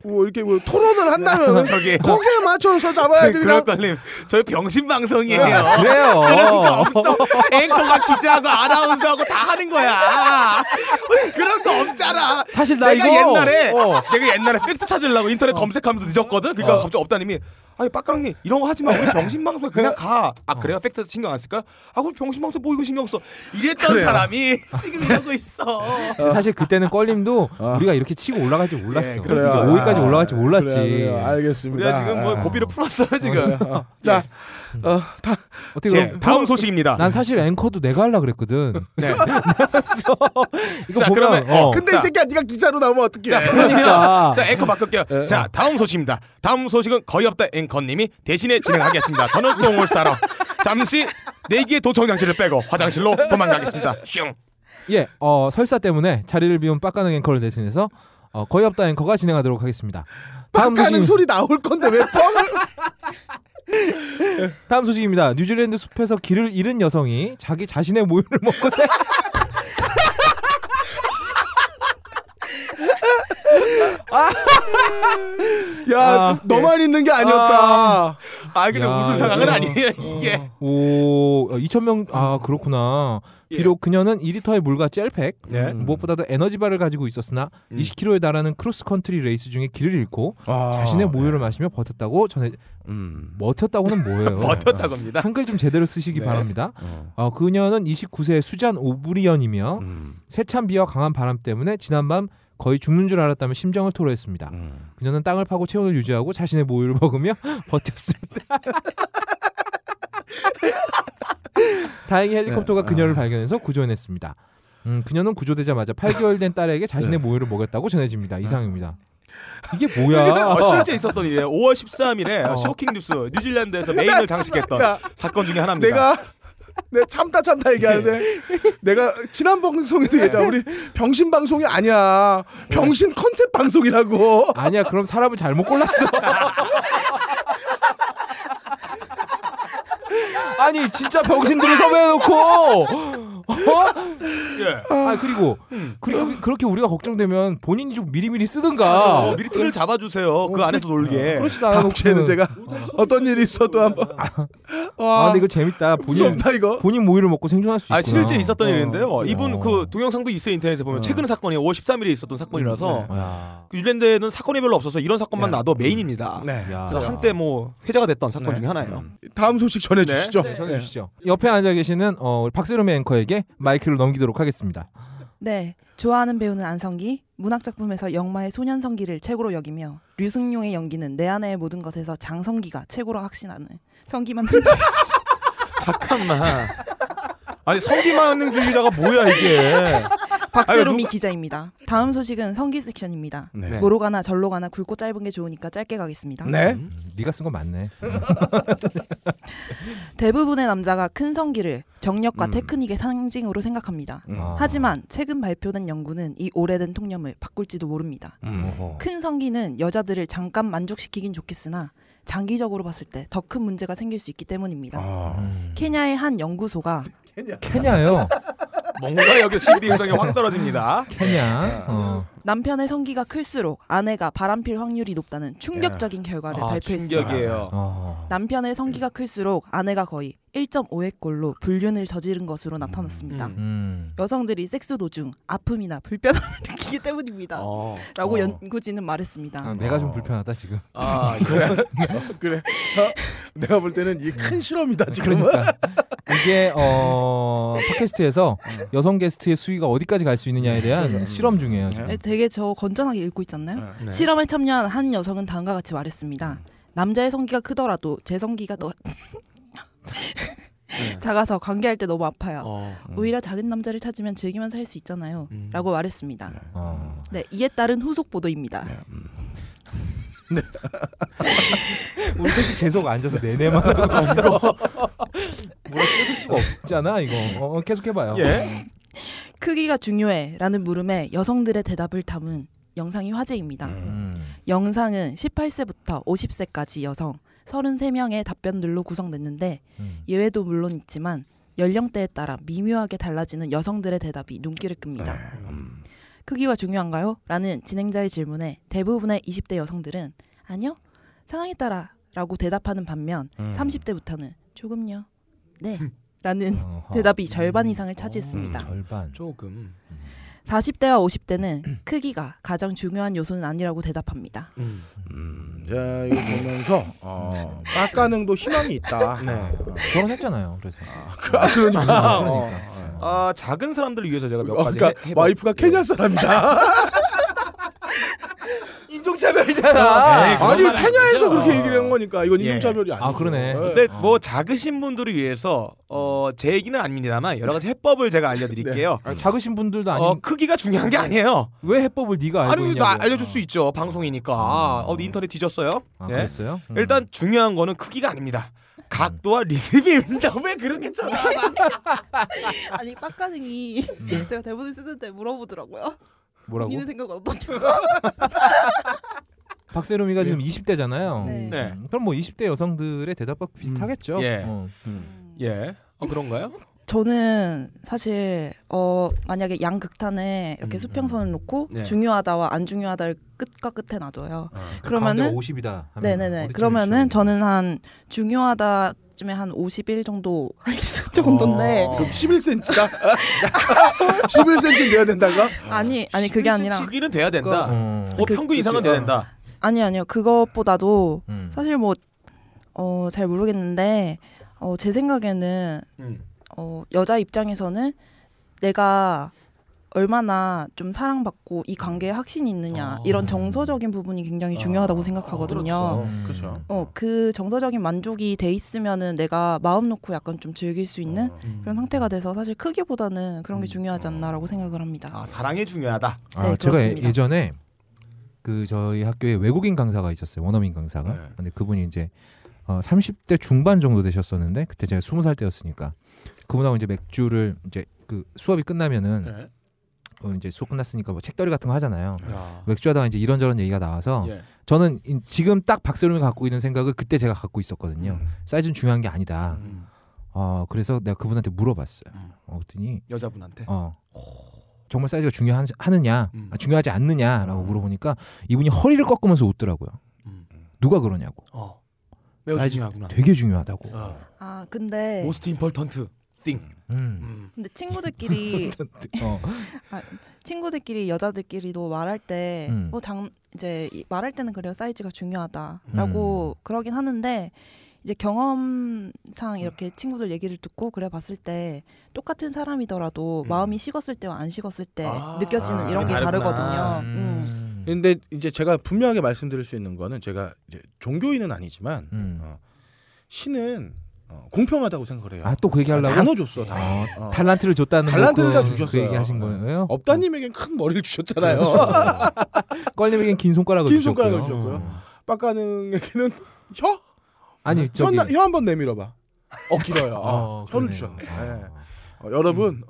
Speaker 8: 뭐 이렇게 뭐 토론을
Speaker 4: 네.
Speaker 8: 한다면
Speaker 3: 저기 뭐,
Speaker 8: 거기에 맞춰서 잡아야지
Speaker 3: 네. 그럴
Speaker 8: 그냥
Speaker 3: 걸님 저희 병신 방송이에요. 그러니까
Speaker 5: 그래요.
Speaker 3: 그런 거 없어. 앵커가 기자하고 아나운서하고 다 하는 거야. 우리 그런 거 없잖아.
Speaker 5: 사실 나
Speaker 3: 내가
Speaker 5: 이거
Speaker 3: 옛날에
Speaker 5: 어.
Speaker 3: 내가 옛날에 팩트 찾으려고 인터넷 검색하면서 늦었거든. 그러니까 갑자기 업다님이 아니 빡강님 이런 거 하지 마. 우리 병신 방송에
Speaker 5: 어.
Speaker 3: 그냥 가. 아 그래요? 팩트 신경 안 쓸까? 아 우리 병신 방송 뭐 이거 신경 써. 이랬던 사람이 지금 이러고 있어.
Speaker 5: 근데 사실 그때는 껄림도 우리가 이렇게 치고 올라갈지 몰랐어.
Speaker 3: 예,
Speaker 8: 어. 그래요.
Speaker 5: 그러니까 5위까지
Speaker 8: 아,
Speaker 5: 올라갈지 몰랐지.
Speaker 8: 그래요, 그래요. 알겠습니다.
Speaker 3: 우리가 지금 뭐
Speaker 8: 아.
Speaker 3: 고비를 풀었어요 지금. 예.
Speaker 8: 자, 어, 다,
Speaker 5: 어떻게
Speaker 3: 제
Speaker 5: 그럼
Speaker 3: 다음 소식입니다.
Speaker 5: 뭐 난 사실 앵커도 내가 하려 그랬거든.
Speaker 3: 네.
Speaker 5: 이거
Speaker 3: 자,
Speaker 5: 보면
Speaker 3: 그러면, 어,
Speaker 5: 어.
Speaker 8: 근데 이 새끼야 네가 기자로 나오면 어떡해?
Speaker 5: 그러니까.
Speaker 3: 자 앵커 바꿀게요. 자 다음 소식입니다. 다음 소식은 거의 없다 앵커님이 대신에 진행하겠습니다. 저는 똥을 싸러 잠시 내기의 도청장치를 빼고 화장실로 도망가겠습니다. 슝.
Speaker 5: 예, 어, 설사 때문에 자리를 비운 빡가는 앵커를 대신해서 어, 거의 없다 앵커가 진행하도록 하겠습니다. 다음
Speaker 8: 가는
Speaker 5: 소식
Speaker 8: 소리 나올 건데 왜 뻥을?
Speaker 5: 다음 소식입니다. 뉴질랜드 숲에서 길을 잃은 여성이 자기 자신의 모유를 먹고 새
Speaker 8: 야,
Speaker 5: 아,
Speaker 8: 너만 있는 게 예. 아니었다.
Speaker 3: 아 근데
Speaker 5: 야,
Speaker 3: 웃을 상황은
Speaker 5: 이거-
Speaker 3: 아니에요 이게.
Speaker 5: 오, 2,000명, 아, 그렇구나. 비록 그녀는 2리터의 물과 젤팩, 음, 무엇보다도 에너지바를 가지고 있었으나 20km에 달하는 크로스컨트리 레이스 중에 길을 잃고 자신의 모유를 마시며 버텼다고 전해, 음, 버텼다고는 뭐예요?
Speaker 3: 버텼다고 합니다. 네.
Speaker 5: 한글 좀 제대로 쓰시기 바랍니다.
Speaker 4: 어.
Speaker 5: 어, 그녀는 29세 수잔 오브리언이며
Speaker 3: 음.
Speaker 5: 세찬 비와 강한 바람 때문에 지난밤 거의 죽는 줄 알았다며 심정을 토로했습니다.
Speaker 3: 음.
Speaker 5: 그녀는 땅을 파고 체온을 유지하고 자신의 모유를 먹으며 버텼습니다. 다행히
Speaker 3: 네.
Speaker 5: 헬리콥터가
Speaker 3: 아.
Speaker 5: 그녀를 발견해서 구조해냈습니다. 음, 그녀는 구조되자마자 8개월 된 딸에게
Speaker 3: 네.
Speaker 5: 자신의 모유를 먹였다고 전해집니다. 이상입니다. 이게 뭐야?
Speaker 3: 어, 실제 있었던 일이에요. 5월 13일에 쇼킹 뉴스 뉴질랜드에서 메인을 장식했던
Speaker 8: 야.
Speaker 3: 사건 중에 하나입니다.
Speaker 8: 내가 내가 참다 참다 얘기하는데 내가 지난 방송에도 얘기했잖아 우리 병신 방송이 아니야 병신 컨셉 방송이라고
Speaker 5: 아니야, 그럼 사람을 잘못 골랐어. 아니, 진짜 병신들을 섭외해놓고. 어?
Speaker 3: 예.
Speaker 5: 아, 그리고 그렇게, 그렇게 우리가 걱정되면 본인이 좀 미리미리
Speaker 3: 아,
Speaker 5: 쓰든가.
Speaker 3: 어, 미리 틀을 잡아주세요. 그
Speaker 5: 어,
Speaker 3: 안에서 놀게.
Speaker 5: 그렇지도 않아놓고.
Speaker 8: 다음주에는 제가 어떤 일이 있어도 한번
Speaker 5: 아,
Speaker 8: 와
Speaker 5: 근데 이거 재밌다. 본인
Speaker 8: 무섭다 이거
Speaker 5: 본인 모유를 먹고 생존할 수 있구나.
Speaker 3: 아 실제 있었던
Speaker 5: 어.
Speaker 3: 일인데요.
Speaker 5: 어.
Speaker 3: 이분 그 동영상도 있어요 인터넷에 보면 최근 사건이 5월 13일에 있었던
Speaker 5: 음,
Speaker 3: 사건이라서
Speaker 5: 네. 야,
Speaker 3: 그 뉴질랜드에는 사건이 별로 없어서 이런 사건만 나도 메인입니다.
Speaker 8: 네
Speaker 5: 야.
Speaker 3: 그래서 한때 뭐 회자가 됐던 사건 중에 하나예요.
Speaker 8: 다음 소식 전해주시죠
Speaker 5: 전해주시죠. 네. 옆에 앉아 계시는 어, 우리 박세롬 앵커에게 마이크를 넘기도록 하겠습니다.
Speaker 6: 네, 좋아하는 배우는 안성기, 문학작품에서 영마의 소년성기를 최고로 여기며 류승룡의 연기는 내 안의 모든 것에서 장성기가 최고로 확신하는 성기만
Speaker 3: 잠깐만. 아니 성기만능주의자가 뭐야 이게?
Speaker 6: 박세롬이 기자입니다. 다음 소식은 성기 섹션입니다.
Speaker 4: 네.
Speaker 6: 뭐로 가나 절로 가나 굵고 짧은 게 좋으니까 짧게 가겠습니다.
Speaker 4: 네.
Speaker 5: 음, 네가 쓴 거 맞네.
Speaker 6: 대부분의 남자가 큰 성기를 정력과
Speaker 4: 음.
Speaker 6: 테크닉의 상징으로 생각합니다.
Speaker 4: 음.
Speaker 5: 아.
Speaker 6: 하지만 최근 발표된 연구는 이 오래된 통념을 바꿀지도 모릅니다.
Speaker 4: 음.
Speaker 5: 어허.
Speaker 6: 큰 성기는 여자들을 잠깐 만족시키긴 좋겠으나 장기적으로 봤을 때 더 큰 문제가 생길 수 있기 때문입니다.
Speaker 4: 아.
Speaker 5: 음.
Speaker 6: 케냐의 한 연구소가
Speaker 5: 케냐요.
Speaker 3: 뭔가 여기 신빙성이 확 떨어집니다.
Speaker 5: 아, 케냐.
Speaker 3: 아,
Speaker 5: 어.
Speaker 6: 남편의 성기가 클수록 아내가 바람필 확률이 높다는 충격적인 결과를
Speaker 3: 아,
Speaker 6: 발표했습니다.
Speaker 3: 충격이에요.
Speaker 5: 어.
Speaker 6: 남편의 성기가 클수록 아내가 거의 1.5회꼴로 불륜을 저지른 것으로 나타났습니다.
Speaker 3: 음.
Speaker 5: 음.
Speaker 6: 여성들이 섹스 도중 아픔이나 불편함을 느끼기 때문입니다.
Speaker 3: 어.
Speaker 6: 라고
Speaker 5: 어.
Speaker 6: 연구진은 말했습니다.
Speaker 5: 아, 내가 좀 불편하다 지금.
Speaker 3: 아, 그래.
Speaker 8: 그래. 어, 내가 볼 때는 이 큰 실험이다 지금은.
Speaker 5: 그러니까 이게 어 팟캐스트에서
Speaker 3: 네.
Speaker 5: 여성 게스트의 수위가 어디까지 갈 수 있느냐에 대한 실험 중이에요. 지금.
Speaker 6: 네, 되게 저 건전하게 읽고
Speaker 4: 네,
Speaker 6: 있잖아요. 실험에 참여한 한 여성은 다음과 같이 말했습니다. 남자의 성기가 크더라도 제 성기가 너... 작아서 관계할 때 너무 아파요.
Speaker 3: 어.
Speaker 6: 오히려 작은 남자를 찾으면 즐기면서 할 수 있잖아요.
Speaker 3: 음.
Speaker 6: 라고 말했습니다.
Speaker 5: 어.
Speaker 6: 네, 이에 따른 후속 보도입니다.
Speaker 5: 우리 셋이 계속 앉아서 내내만 하고 있어. 뭐라 끊을 수가 없잖아 이거. 어, 계속 해봐요.
Speaker 3: 예.
Speaker 6: 크기가 중요해 라는 물음에 여성들의 대답을 담은 영상이 화제입니다.
Speaker 5: 음.
Speaker 6: 영상은 18세부터 50세까지 여성 33명의 답변들로 구성됐는데
Speaker 5: 음.
Speaker 6: 예외도 물론 있지만 연령대에 따라 미묘하게 달라지는 여성들의 대답이 눈길을 끕니다.
Speaker 5: 네, 음.
Speaker 6: 그 크기가 중요한가요? 라는 진행자의 질문에 대부분의 20대 여성들은 아니요. 상황에 따라 라고 대답하는 반면
Speaker 5: 음.
Speaker 6: 30대부터는 조금요. 네. 라는
Speaker 5: 어허.
Speaker 6: 대답이 절반 이상을 차지했습니다.
Speaker 5: 아, 음, 절반.
Speaker 3: 조금.
Speaker 6: 40대와 50대는 크기가 가장 중요한 요소는 아니라고 대답합니다.
Speaker 3: 음.
Speaker 4: 음. 자 이거 보면서 어, 빡가능도 희망이 있다.
Speaker 3: 네.
Speaker 4: 어.
Speaker 5: 결혼했잖아요. 그래서.
Speaker 3: 아, 어.
Speaker 5: 그러니까.
Speaker 3: 아, 작은 사람들을 위해서 제가 몇
Speaker 4: 어,
Speaker 3: 가지
Speaker 4: 그러니까. 그러니까
Speaker 3: 해, 해볼-
Speaker 4: 와이프가 케냐 사람이다.
Speaker 3: 아, 에이,
Speaker 5: 어?
Speaker 3: 그런
Speaker 4: 아니
Speaker 3: 말 아니죠.
Speaker 4: 케냐에서 그렇게 얘기를 한 거니까 이건
Speaker 3: 예.
Speaker 4: 인종차별이 아니야.
Speaker 5: 아 그러네. 음.
Speaker 3: 근데
Speaker 5: 어.
Speaker 3: 뭐 작으신 분들을 위해서 어, 제 얘기는 아닙니다만 여러 가지 해법을 제가 알려드릴게요.
Speaker 5: 아니, 작으신 분들도 네. 아닌
Speaker 3: 어, 크기가 중요한 게 아니에요.
Speaker 5: 왜 해법을 네가 알고
Speaker 3: 아니,
Speaker 5: 있냐고. 어.
Speaker 3: 나 알려줄 수 있죠. 방송이니까. 아, 어, 인터넷 뒤졌어요?
Speaker 5: 아,
Speaker 3: 예.
Speaker 5: 그랬어요? 음.
Speaker 3: 일단 중요한 거는 크기가 아닙니다. 각도와 리듬입니다. 왜 그렇게 잖아
Speaker 6: 아니 빡가능이 제가 대본을 쓰는데 물어보더라고요.
Speaker 5: 음. 뭐라고?
Speaker 6: 본인의 생각은 어떠냐고.
Speaker 5: 박세롬이가 지금 20대잖아요.
Speaker 6: 네.
Speaker 3: 네.
Speaker 5: 그럼 뭐 20대 여성들의 대답과 비슷하겠죠.
Speaker 3: 예.
Speaker 5: 어.
Speaker 3: 예. 어, 그런가요?
Speaker 6: 저는 사실 어 만약에 양극단에
Speaker 3: 음,
Speaker 6: 이렇게 수평선을 놓고
Speaker 3: 네.
Speaker 6: 중요하다와 안 중요하다를 끝과 끝에 놔둬요.
Speaker 5: 그
Speaker 6: 그러면은-
Speaker 5: 가운데 50이다. 하면
Speaker 6: 네네네.
Speaker 5: 어디쯤에
Speaker 6: 그러면은
Speaker 5: 있죠?
Speaker 6: 저는 한 중요하다쯤에 한 51 정도 정도인데
Speaker 5: 어.
Speaker 4: 그럼 11cm다. 11cm 내야 된다가?
Speaker 6: 아니 아니 그게 아니라
Speaker 3: 크기는 돼야 된다.
Speaker 5: 그러니까, 어.
Speaker 3: 어, 평균 이상은 돼야 된다.
Speaker 6: 아니 아니요 그것보다도
Speaker 5: 음.
Speaker 6: 사실 뭐 어 잘 모르겠는데 어 제 생각에는
Speaker 3: 음.
Speaker 6: 어 여자 입장에서는 내가 얼마나 좀 사랑받고 이 관계에 확신이 있느냐
Speaker 3: 아.
Speaker 6: 이런 정서적인 부분이 굉장히 중요하다고 생각하거든요.
Speaker 3: 그렇죠.
Speaker 5: 음.
Speaker 4: 그렇죠.
Speaker 6: 어 그 정서적인 만족이 돼 있으면은 내가 마음 놓고 약간 좀 즐길 수 있는
Speaker 3: 음.
Speaker 6: 그런 상태가 돼서 사실 크기보다는 그런 게 중요하지 않나라고 생각을 합니다.
Speaker 3: 아, 사랑이 중요하다.
Speaker 5: 아,
Speaker 6: 네,
Speaker 5: 제가 예-
Speaker 6: 그렇습니다.
Speaker 5: 예전에 그 저희 학교에 외국인 강사가 있었어요. 원어민 강사가.
Speaker 4: 네.
Speaker 5: 근데 그분이 이제 어, 30대 중반 정도 되셨었는데 그때 제가 20살 때였으니까 그분하고 이제 맥주를 이제 그 수업이 끝나면은
Speaker 3: 네.
Speaker 5: 어, 이제 수업 끝났으니까 뭐 책거리 같은 거 하잖아요.
Speaker 3: 야.
Speaker 5: 맥주하다가 이제 이런저런 얘기가 나와서
Speaker 3: 예.
Speaker 5: 저는 이- 지금 딱 박세롬이 갖고 있는 생각을 그때 제가 갖고 있었거든요.
Speaker 4: 음.
Speaker 5: 사이즈는 중요한 게 아니다.
Speaker 3: 음.
Speaker 5: 어, 그래서 내가 그분한테 물어봤어요.
Speaker 3: 음.
Speaker 5: 어, 그랬더니
Speaker 4: 네.
Speaker 3: 여자분한테.
Speaker 5: 어, 정말 사이즈가 중요하느냐,
Speaker 3: 음.
Speaker 5: 아, 중요하지
Speaker 4: 음.
Speaker 5: 않느냐라고 물어보니까 이분이 허리를 꺾으면서 웃더라고요.
Speaker 3: 음.
Speaker 5: 누가 그러냐고.
Speaker 3: 어. 매우
Speaker 5: 사이즈-
Speaker 4: 아.
Speaker 3: 중요하구나.
Speaker 5: 되게 중요하다고.
Speaker 3: 어.
Speaker 6: 아 근데
Speaker 3: 모스트 임펄턴트 thing.
Speaker 5: 음.
Speaker 3: 음.
Speaker 6: 근데
Speaker 3: 그렇죠.
Speaker 6: 친구들끼리
Speaker 5: 어.
Speaker 6: 친구들끼리 여자들끼리도 말할 때
Speaker 5: 음.
Speaker 6: 뭐 장 이제 이- 말할 때는 그래요 사이즈가
Speaker 3: 음.
Speaker 6: 중요하다라고 그러긴 하는데 이제 경험상 이렇게 친구들 얘기를 듣고 그래 봤을 때 똑같은 사람이더라도 마음이 식었을 때와 안 식었을 때
Speaker 3: 아,
Speaker 6: 느껴지는
Speaker 3: 아,
Speaker 6: 이런 게
Speaker 3: 다르구나.
Speaker 6: 다르거든요. 음.
Speaker 4: 근데 이제 제가 분명하게 말씀드릴 수 있는 거는 제가 이제 종교인은 아니지만
Speaker 5: 음.
Speaker 4: 어, 신은 어, 공평하다고 생각을 해요.
Speaker 5: 아또 그 얘기 하려고?
Speaker 4: 나눠줬어 다.
Speaker 5: 어,
Speaker 4: 어.
Speaker 5: 달란트를 줬다는
Speaker 4: 달란트를
Speaker 5: 거,
Speaker 4: 다
Speaker 5: 그-
Speaker 4: 주셨어요. 네.
Speaker 5: 그 얘기 하신 거예요?
Speaker 4: 업다님에겐 큰 머리를
Speaker 3: 네.
Speaker 4: 주셨잖아요.
Speaker 5: 껄림에겐 긴 손가락을
Speaker 4: 긴
Speaker 5: 주셨고요. 음.
Speaker 4: 손가락을 주셨고요. 빡가능에게는 혀?
Speaker 5: 아니 저기
Speaker 4: 혀 한 번 내밀어봐. 어 길어요.
Speaker 3: 아,
Speaker 5: 어,
Speaker 4: 어, 혀를
Speaker 5: 그러네요.
Speaker 4: 주셨네.
Speaker 5: 아.
Speaker 4: 네. 어, 여러분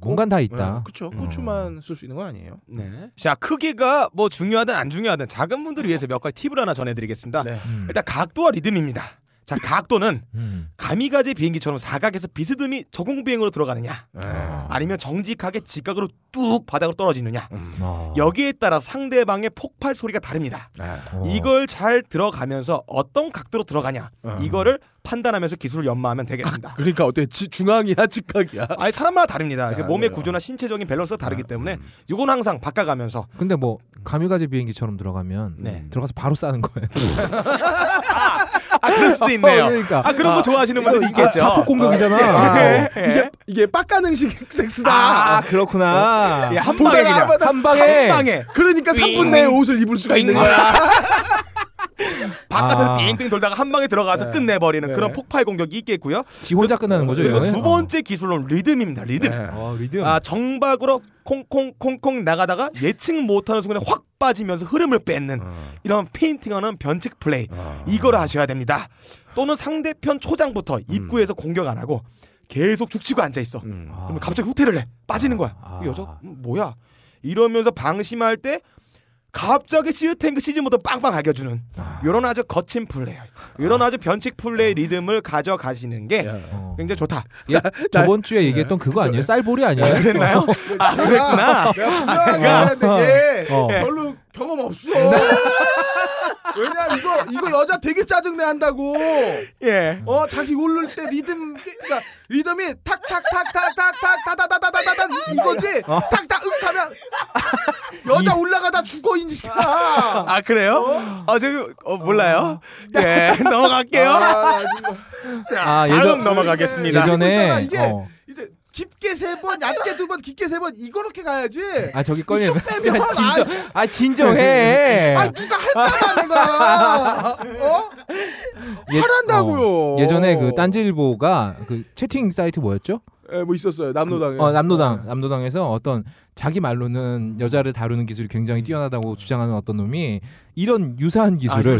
Speaker 5: 공간
Speaker 3: 어,
Speaker 5: 다 음. 있다.
Speaker 4: 그렇죠. 고추만 쓸 수 있는 거 아니에요.
Speaker 3: 네. 자 크기가 뭐 중요하든 안 중요하든 작은 분들을 위해서 몇 가지 팁을 하나 전해드리겠습니다.
Speaker 5: 음.
Speaker 3: 일단 각도와 리듬입니다. 자 각도는
Speaker 5: 음.
Speaker 3: 가미가제 비행기처럼 사각에서 비스듬히 저공 비행으로 들어가느냐,
Speaker 4: 네.
Speaker 3: 아니면 정직하게 직각으로 뚝 바닥으로 떨어지느냐.
Speaker 5: 어.
Speaker 3: 여기에 따라 상대방의 폭발 소리가 다릅니다.
Speaker 4: 네.
Speaker 5: 어.
Speaker 3: 이걸 잘 들어가면서 어떤 각도로 들어가냐 아, 이거를 판단하면서 기술을 연마하면 되겠습니다.
Speaker 4: 그러니까 어때? 지, 중앙이야, 직각이야.
Speaker 3: 그- 아니 네. 아, 음. 사람마다 다릅니다. 이게
Speaker 4: 아,
Speaker 3: 몸의
Speaker 4: 그래요?
Speaker 3: 구조나 신체적인 밸런스가 다르기 때문에 이건 항상 바꿔가면서
Speaker 5: 근데 뭐 가미가제 비행기처럼 들어가면
Speaker 3: 네.
Speaker 5: 들어가서 바로 싸는 거예요.
Speaker 3: 아 그럴 수도 있네요.
Speaker 5: 어, 그러니까.
Speaker 3: 아 그런 거 좋아하시는 분들도 있겠죠.
Speaker 5: 자폭 공격이잖아.
Speaker 3: 예, 예.
Speaker 4: 이게 이게 빡가능식 섹스다.
Speaker 5: 네. 아 그렇구나.
Speaker 3: 예, 한 방에
Speaker 4: 한
Speaker 3: 그냥
Speaker 4: 방에
Speaker 5: 한 방에.
Speaker 3: 한 방에
Speaker 4: 그러니까 3분 내에 옷을 입을 수가 있는 거야.
Speaker 3: 바깥으로
Speaker 5: 아. 예.
Speaker 3: 빙빙 돌다가 한 방에 들어가서 끝내버리는
Speaker 4: 네.
Speaker 3: 그런 폭발 공격이 있겠고요.
Speaker 5: 지 혼자 끝나는 거죠.
Speaker 3: 그리고
Speaker 5: 이거는?
Speaker 3: 두 번째 기술로는 리듬입니다. 리듬.
Speaker 4: 네.
Speaker 5: 어. 어, 리듬.
Speaker 3: 아 정박으로 콩콩콩콩 나가다가 예측 못하는 순간에 확 빠지면서 흐름을 뺏는
Speaker 5: 어.
Speaker 3: 이런 페인팅하는 변칙 플레이
Speaker 5: 아.
Speaker 3: 이걸 하셔야 됩니다. 또는 상대편 초장부터
Speaker 5: 음.
Speaker 3: 입구에서 공격 안 하고 계속 죽치고 앉아 있어.
Speaker 5: 아.
Speaker 3: 그러면 갑자기 후퇴를 해 빠지는 거야.
Speaker 5: 아.
Speaker 3: 이 여자 음, 뭐야 이러면서 방심할 때 갑자기 시어탱크 시즌부터 빵빵 하겨주는 이런 아주 거친 플레이어 이런 아주 예. 변칙 플레이 리듬을 가져가시는 게
Speaker 5: 어.
Speaker 3: 굉장히 좋다.
Speaker 5: 야, 저번 주에 얘기했던 그거 아니에요? 쌀볼이 아니에요?
Speaker 3: 네. 그랬나요? 아 그랬구나.
Speaker 4: 내가 분명하게 얘
Speaker 5: 어.
Speaker 4: 별로 경험 없어. 왜냐 이거 이거 여자 되게 짜증내 한다고.
Speaker 3: 예.
Speaker 4: 어 자기 고를 때 리듬 그러니까 리듬이 탁탁탁탁탁탁다다다다다다 이거지. 탁탁 응 하면 여자 올라가다 죽어 어. 이 새끼야.
Speaker 3: 아 그래요? 아 저기 어, 몰라요. 예 넘어갈게요.
Speaker 4: 아, 진짜.
Speaker 5: 아,
Speaker 3: 다음
Speaker 5: 예전-
Speaker 3: 넘어가겠습니다.
Speaker 5: 예전에
Speaker 4: 이게
Speaker 5: 어.
Speaker 4: 이제 깊게 세 번, 얇게 두 번, 깊게 세 번 이거렇게 가야지.
Speaker 5: 아 저기 꺼내.
Speaker 4: 쑥 빼면
Speaker 5: 야, 진정.
Speaker 4: 아이.
Speaker 5: 아
Speaker 4: 네,
Speaker 5: 진정해.
Speaker 4: 아 누가 할까봐 내가 어?
Speaker 5: 예-
Speaker 4: 하란다고요.
Speaker 5: 어, 예전에 그 딴지일보가 그 채팅 사이트 뭐였죠?
Speaker 4: 예, 뭐 있었어요 남노당에.
Speaker 5: 어, 남노당 남노당에서 어떤 자기 말로는 여자를 다루는 기술이 굉장히 뛰어나다고 주장하는 어떤 놈이 이런 유사한 기술을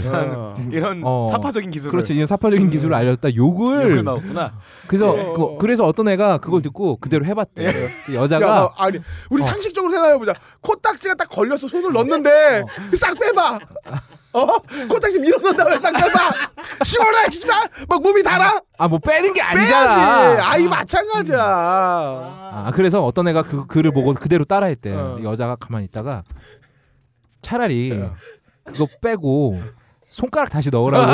Speaker 3: 이런
Speaker 5: 어.
Speaker 3: 사파적인 기술을
Speaker 5: 그렇지 이런 사파적인 기술을 알렸다 욕을
Speaker 3: 욕을 먹었구나.
Speaker 5: 그래서
Speaker 4: 예.
Speaker 5: 그, 그래서 어떤 애가 그걸 듣고 그대로 해봤대 그
Speaker 4: 야, 나,
Speaker 5: 여자가
Speaker 4: 아니 우리
Speaker 5: 어.
Speaker 4: 상식적으로 생각해보자. 코딱지가 딱 걸려서 손을 넣는데 싹 빼봐. 어? 코딱지 밀어넣는다 고싹 빼봐. 시원해, 씨발. 막 몸이 달아.
Speaker 5: 아 뭐 빼는 게 아니잖아
Speaker 4: 빼야지. 아이 마찬가지야.
Speaker 5: 아, 그래서 어떤 애가 그 글을 보고 그대로 따라했대.
Speaker 4: 어.
Speaker 5: 요 여자가 가만히 있다가 차라리 그거 빼고 손가락 다시 넣으라고.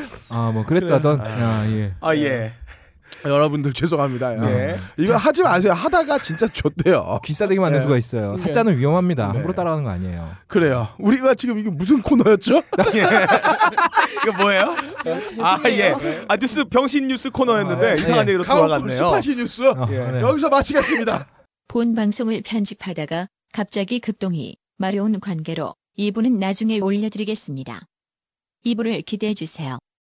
Speaker 5: 아 뭐 그랬다던. 아 예.
Speaker 3: 아 예.
Speaker 4: 여러분들 죄송합니다. 야.
Speaker 3: 예.
Speaker 4: 이거 하지 마세요. 하다가 진짜 좋대요.
Speaker 5: 귀싸대기 어, 만들
Speaker 4: 네.
Speaker 5: 수가 있어요. 예. 사자는 위험합니다.
Speaker 4: 네.
Speaker 5: 함부로 따라가는 거 아니에요.
Speaker 4: 그래요. 우리가 지금 이게 무슨 코너였죠?
Speaker 3: 아, 예. 이거 뭐예요? 아 예. 아 뉴스 병신 뉴스 코너였는데
Speaker 5: 아, 예.
Speaker 3: 이상한 얘기로
Speaker 4: 강원도
Speaker 3: 돌아갔네요.
Speaker 4: 그 18시 뉴스
Speaker 5: 어, 네.
Speaker 4: 여기서 마치겠습니다.
Speaker 9: 본 방송을 편집하다가 갑자기 급동이 마려운 관계로 이부는 나중에 올려드리겠습니다. 이부를 기대해 주세요.